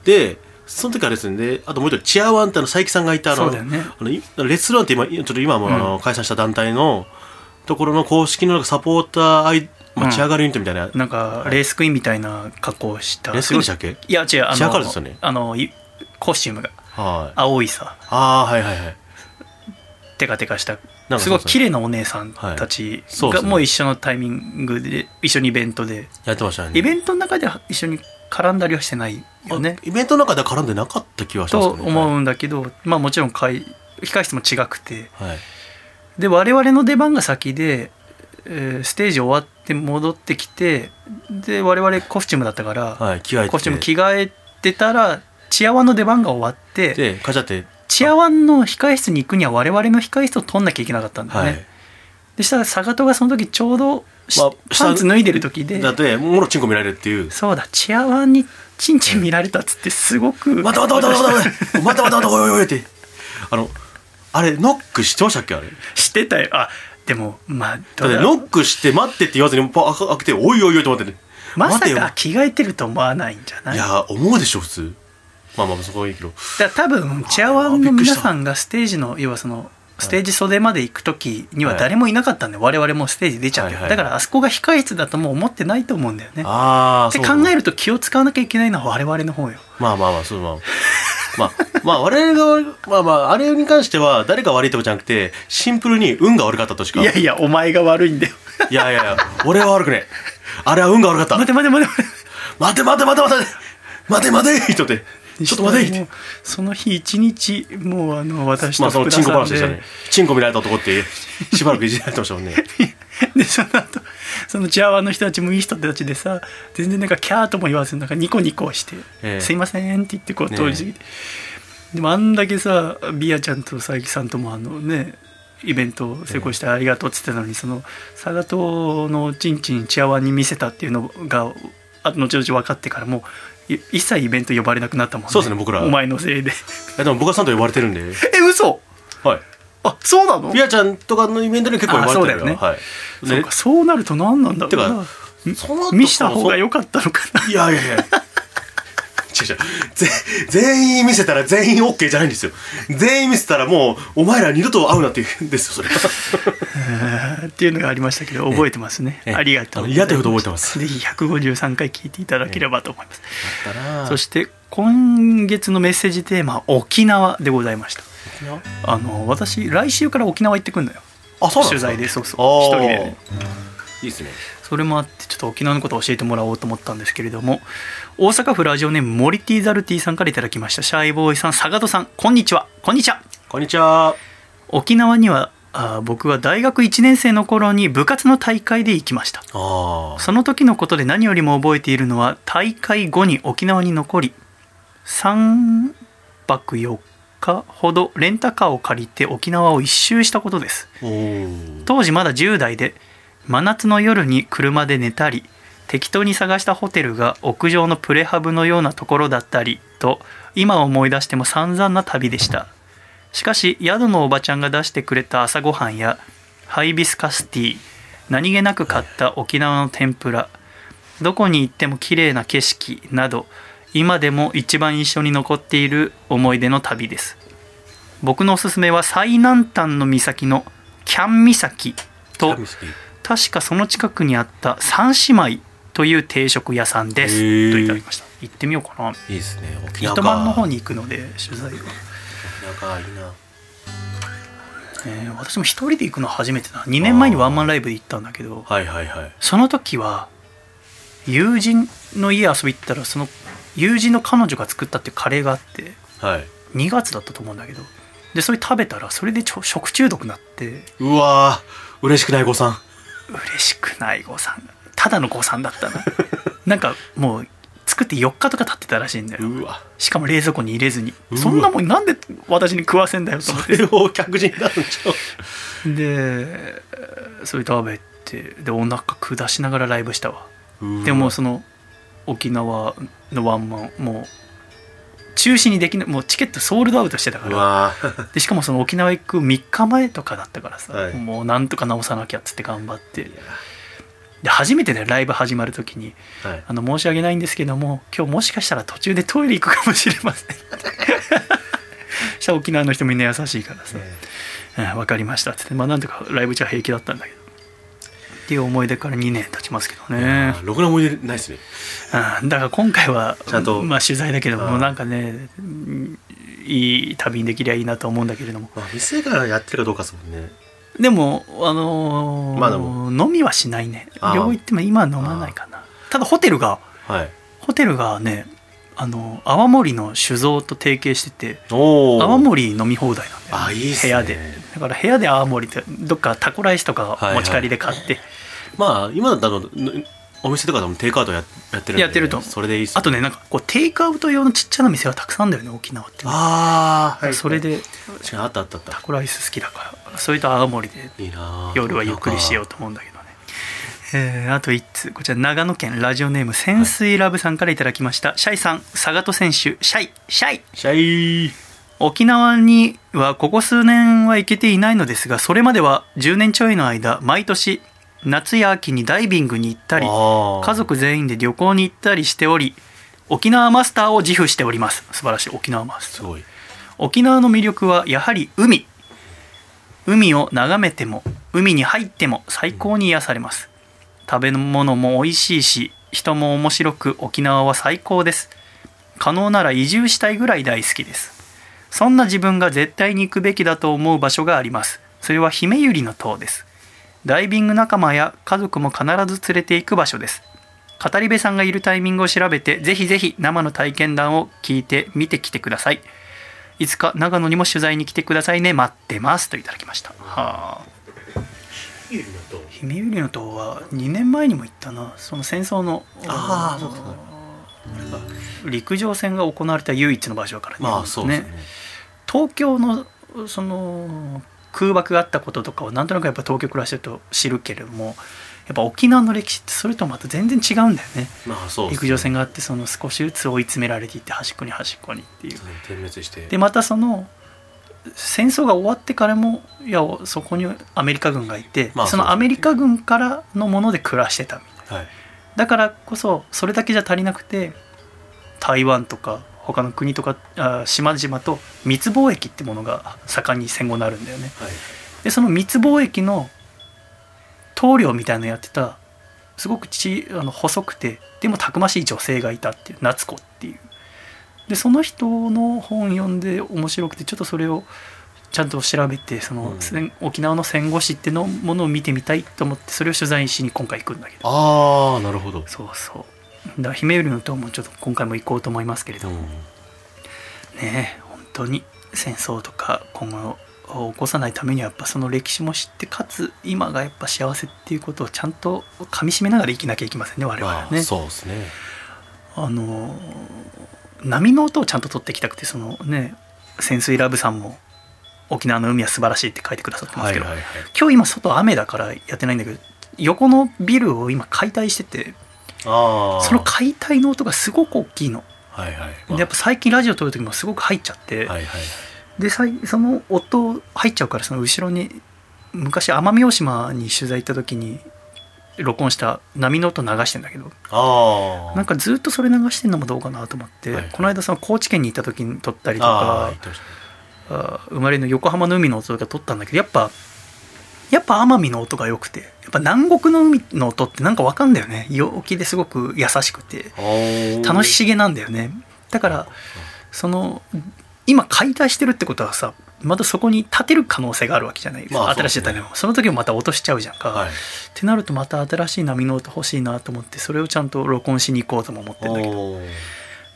でその時あれですねであともう一人チアワンってあの佐伯さんがいたあの
そうだよね
あのいレストランって今いちょっと今もあの、解散した団体のところの公式のなんかサポーターアイ、ま
う
あ、
ん
チアガールユニットみたいな、
なんかレースクイーンみたいな格好をした
レースクイーンでしたっけ
いや違うあ
チアカラ
の
ですよね
あのいコスチュームが
はい
青いさ
ああはいはいはい
テカテカした
なんか
すごい
そうそう
綺麗なお姉さんたち
そうで
が
すね
もう一緒のタイミングで一緒にイベントで
やってましたね
イベントの中では一緒に絡んだりはしてないよね
あイベントの中では絡んでなかった気がしま
と
すけどね
思うんだけどまあもちろん会控室も違くて
はい、はい
で我々の出番が先で、えーステージ終わって戻ってきてで我々コスチュームだったから、
はい、着替えて
コスチューム着替えてたらチアワンの出番が終わって
でカチャって
チアワンの控室に行くには我々の控室を取んなきゃいけなかったんだよ
は
ね、
い、
でしたら坂戸がその時ちょうど、し
まあ
パンツ脱いでる時で
だってもろチンコ見られるっていう
そうだチアワンにチンチン見られたっつってすごく
待って待って待って待って待って待って待っておいおいおいってあのあれノックしてましたっけあれ
<laughs> してたよあでもまあど
だっ
う
て
だろう
ノックして待ってって言わずにパ開けておいおいおいと思ってね
まさ
待てよ
か着替えてると思わないんじゃないい
や思うでしょ普通まあまあそこはいいけど
だから多分チアワンの皆さんがステージの要はそのステージ袖まで行く時には誰もいなかったんで、我々もステージ出ちゃって、
はいはい
だからあそこが控室だともう思ってないと思うんだよねっ
ああ
て考えると気を使わなきゃいけないのは我々の方よ
まあまあまあそうまあまあまあ我々がまあまああれに関しては誰が悪いとかじゃなくてシンプルに運が悪かったとしか
いやいやお前が悪いんだよ
いやいやいや俺は悪くねえあれは運が悪かった
待て待て待て待て
待て待て待て待て待て待て人ってちょっと待てって
もうその日一日もうあの私
ま
と
あその
福
チ
田
ンコ
さんで,、
話でしたねチンコ見られた男ってしばらくいじられてましたもんね
<laughs> でその後そのチアワンの人たちもいい人たちでさ全然なんかキャーとも言わずなんかニコニコして「
ええ
すいません」って言ってこう
ねえ
通り過ぎて、でもあんだけさビアちゃんと佐伯さんともあのねイベントを成功してありがとうって言ってたのに、その佐賀島のチンチンチアワンに見せたっていうのがあ後々分かってからもうい一切イベント呼ばれなくなったもんね
そうですね僕ら
お前のせいで <laughs>
えでも僕はさんと呼ばれてるんで
え嘘
はい
あそうなの
ピアちゃんとかのイベントに結構呼ばれてる
あそうだよね
はい
そう
ね
かそうなると何なんだろうな
てその後
見した方が良かったのかない
やいやいや違う違うぜ全員見せたら全員 OK じゃないんですよ全員見せたらもうお前ら二度と会うなって言うんですよそれ
っていうのがありましたけど覚えてますね、
ええ
ありがとう
あの嫌というほど覚えてます
ぜひ153回聞いていただければと思います、そ
そして
して今月のメッセージテーマは沖縄でございましたあの私来週から沖縄行ってくんだよ
あそうな
取
んですか
材でそうそう
あ
一人
ー
でね
いいですね
それもあってちょっと沖縄のことを教えてもらおうと思ったんですけれども大阪府ラジオネームモリティザルティさんからいただきましたシャイボーイさん佐賀戸さんこんにちはこんにちは
こんにちは
沖縄にはあー僕は大学1年生の頃に部活の大会で行きました
あー
その時のことで何よりも覚えているのは大会後に沖縄に残り3泊4日ほどレンタカーを借りて沖縄を一周したことです
おー
当時まだ10代で真夏の夜に車で寝たり適当に探したホテルが屋上のプレハブのようなところだったりと今思い出しても散々な旅でしたしかし宿のおばちゃんが出してくれた朝ごはんやハイビスカスティー何気なく買った沖縄の天ぷらどこに行っても綺麗な景色など今でも一番印象に残っている思い出の旅です僕のおすすめは最南端の岬のキャン岬と
神好き
確かその近くにあった三姉妹という定食屋さんで
へ
す
ー
といただきました行ってみようかない
いですね沖縄
糸
か
満の方に行くので取材は、
なんかいいな
えー私も一人で行くの初めてだ2年前にワンマンライブで行ったんだけど
はいはいはい
その時は友人の家遊び行ったらその友人の彼女が作ったっていうカレーがあって
はい
2月だったと思うんだけどでそれ食べたらそれでちょ食中毒になって
うわー嬉しくない子さん
嬉しくない誤算がただの誤算だった <laughs> ななんかもう作って4日とか経ってたらしいんだよ
うわ
しかも冷蔵庫に入れずに
うわ
そんなもんなんで私に食わせんだよと思っ <laughs>
そ
て
れを客人なんちゃう
でそれ食べてでお腹下しながらライブしたわ
うわ
でもその沖縄のワンマンもう中止にできないもうチケットソールドアウトしてたか
う
ら
わー <laughs>
でしかもその沖縄行く3日前とかだったからさ、
はい
もうなんとか直さなきゃっつって頑張って
いや
でで初めてねライブ始まる時に
はい
あの申し訳ないんですけども今日もしかしたら途中でトイレ行くかもしれません
<laughs>
したら沖縄の人みんな優しいからさ「うん、分かりました」っつってまあなんとかライブ中は平気だったんだけどっていう思い出から2年経ちますけどね
あ、ろくな思い出ないですね
うん、だから今回は
ちゃんと
まあ、取材だけど
う
も
ん
なんかねうんいい旅にできりゃいいなと思うんだけれども
まあ店がやってるかどうかですもんね
でもあのー
まあでも
飲みはしないね
あー
両方行っても今は飲まないかなただホテルが
はい
ホテルがねあの泡盛の酒造と提携してて
おお
泡盛飲み放題なんだよ
あいいっす
部
ね
屋でだから部屋で泡盛ってどっかタコライスとか
はいはい
持ち帰りで買って、
まあ今だったらあのぬお店とかでもテイクアウトややってるんで
やってると
それでいいっす
あとねなんかこうテイクアウト用のちっちゃな店はたくさんあるんだよね沖縄ってね、
ああ、はい
それで
確かにあったあったあっ
タコライス好きだからそれと泡盛で
たいいなー
夜はゆっくりしようと思うんだけどね、えーあと1通こちら長野県ラジオネーム潜水ラブさんからいただきました、シャイさん佐賀戸選手シャイシャイ
シャイ
沖縄にはここ数年は行けていないのですがそれまでは10年ちょいの間毎年夏や秋にダイビングに行ったり家
家
族全員で旅行に行ったりしており沖縄マスターを自負しております素晴らしい沖縄マス
す
ター
ごい
沖縄の魅力はやはり海海を眺めても海に入っても最高に癒されます食べ物も美味しいし人も面白く沖縄は最高です可能なら移住したいぐらい大好きですそんな自分が絶対に行くべきだと思う場所がありますそれは姫百合の塔ですダイビング仲間や家族も必ず連れて行く場所です語り部さんがいるタイミングを調べてぜひぜひ生の体験談を聞いて見てきてくださいいつか長野にも取材に来てくださいね待ってますといただきましたはあ姫百合の塔は2年前にも行ったなその戦争の
あーそうかそう
陸上戦が行われた唯一の場所だからね
まあそうですね
東京のその空爆があったこととかをなんとなくやっぱ東京暮らしてると知るけれどもやっぱ沖縄の歴史ってそれとまた全然違うんだよね
まあそうですね
陸上戦があってその少しずつ追い詰められていって端っこに端っこにっていう
点滅して
でまたその戦争が終わってからもいやそこにアメリカ軍がいて、
まあ
そ
そうですね
のアメリカ軍からのもので暮らしてたみたいな
はい
だからこそそれだけじゃ足りなくて台湾とか他の国とかあ島々と密貿易ってものが盛んに戦後になるんだよね
はい
でその密貿易の棟梁みたいなのやってたすごくちあの細くてでもたくましい女性がいたっていう夏子っていうでその人の本読んで面白くてちょっとそれをちゃんと調べてその、
うん
戦沖縄の戦後史ってのものを見てみたいと思ってそれを取材しに今回行くんだけど
ああなるほど
そうそうだから姫よりの塔もちょっと今回も行こうと思いますけれども
うん
ね本当に戦争とか今後を起こさないためにはやっぱその歴史も知ってかつ今がやっぱ幸せっていうことをちゃんとかみしめながら生きなきゃいけませんね我々
ま
は
あ
ね。
そうですね
あのー波の音をちゃんと取っていきたくてそのね潜水ラブさんも沖縄の海は素晴らしいって書いてくださってます
は
け
い
ど、
はいはい
今日今外雨だからやってないんだけど横のビルを今解体してて
ああ
その解体の音がすごく大きいの。
はいはいまあ
でやっぱ最近ラジオ撮る時もすごく入っちゃって、
はいはい
でさいその音入っちゃうからその後ろに昔奄美大島に取材行った時に録音した波の音流してんだけど
ああ
なんかずっとそれ流してんのもどうかなと思って、
はいはい
この間その高知県に行った時に撮ったりと
あ
か
あ言ってましたね
あー生まれの横浜の海の音とか撮ったんだけどやっぱやっぱ奄美の音が良くてやっぱ南国の海の音ってなんかわかんだよね陽気ですごく優しくて楽しげなんだよねだからその今解体してるってことはさまたそこに建てる可能性があるわけじゃない、
まあ
新しい
そうです
建
ね
物もその時もまた落としちゃうじゃんか、
はい
ってなるとまた新しい波の音欲しいなと思ってそれをちゃんと録音しに行こうとも思ってんだけど
おー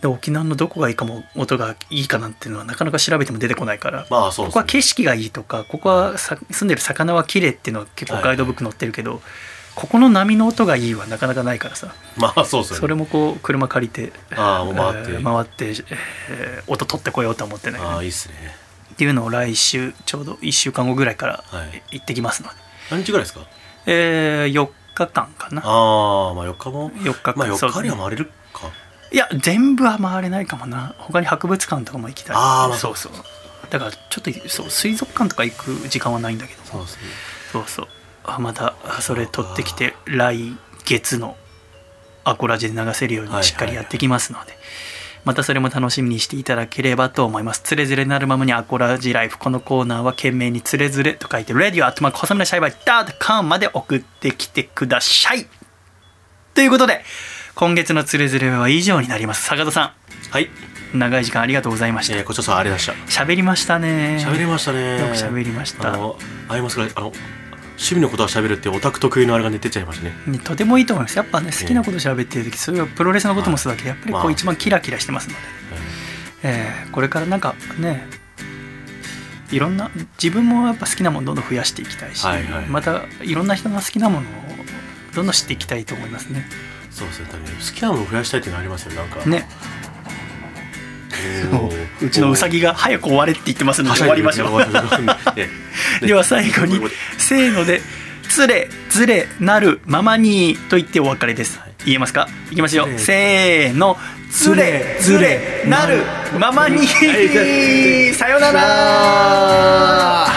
で沖縄のどこがいいかも音がいいかなんていうのはなかなか調べても出てこないから、
まあそう
ここ
です
は
ね
景色がいいとかここはさ住んでる魚は綺麗っていうのは結構ガイドブック載ってるけど、ここの波の音がいいはなかなかないからさ
まあそうですよね
それもこう車借りて
あーもう回って
えー回ってえー音取ってこようと思ってね
ああいいっすね
っていうのを来週ちょうど1週間後ぐらいから
はい
行ってきますので、
何日ぐらいですか
えー4日間かな
ああまあ4日も
4日間
まあ
そう
4日には回れるか
いや全部は回れないかもな他に博物館とかも行きたい
あーまあ
そうそうだからちょっとそう水族館とか行く時間はないんだけど
そうですね
そうそうあまたそれ取ってきて来月のアコラジで流せるようにしっかりやってきますので、またそれも楽しみにしていただければと思います。つれづれなるままにアコラジライフ。このコーナーは懸命につれづれと書いて、radio at mark 細身のシャイバイ .com まで送ってきてください。ということで、今月のつれづれは以上になります。坂田さ
はい、
ん、長い時間ありがとうございまし
えー、
た。
こちらさんありがとうございまし
喋りましたね。
た喋りましたね
よく喋りました
あのアイマスがあの趣味のことは喋るってオタク特有のあれが出てちゃいましたね
ねとてもいいと思いますやっぱね好きなこと喋ってる時それはプロレスのこともそうだけどやっぱりこ
ま
う
あ
一番キラキラしてますので、えーこれからなんかねいろんな自分もやっぱ好きなものどんどん増やしていきたいし、
はいはい
またいろんな人の好きなものをどんどん知っていきたいと思いますね。
そうですね多分好きなものを増やしたいっていうのありますよなんか
ね、もううちのうさぎが早く終われって言ってますので終わりましょう。
<laughs> う
では最後にせーので「つれずれなるままに」と言ってお別れです言えますかいきますよせーの「つれずれなるままに」さよなら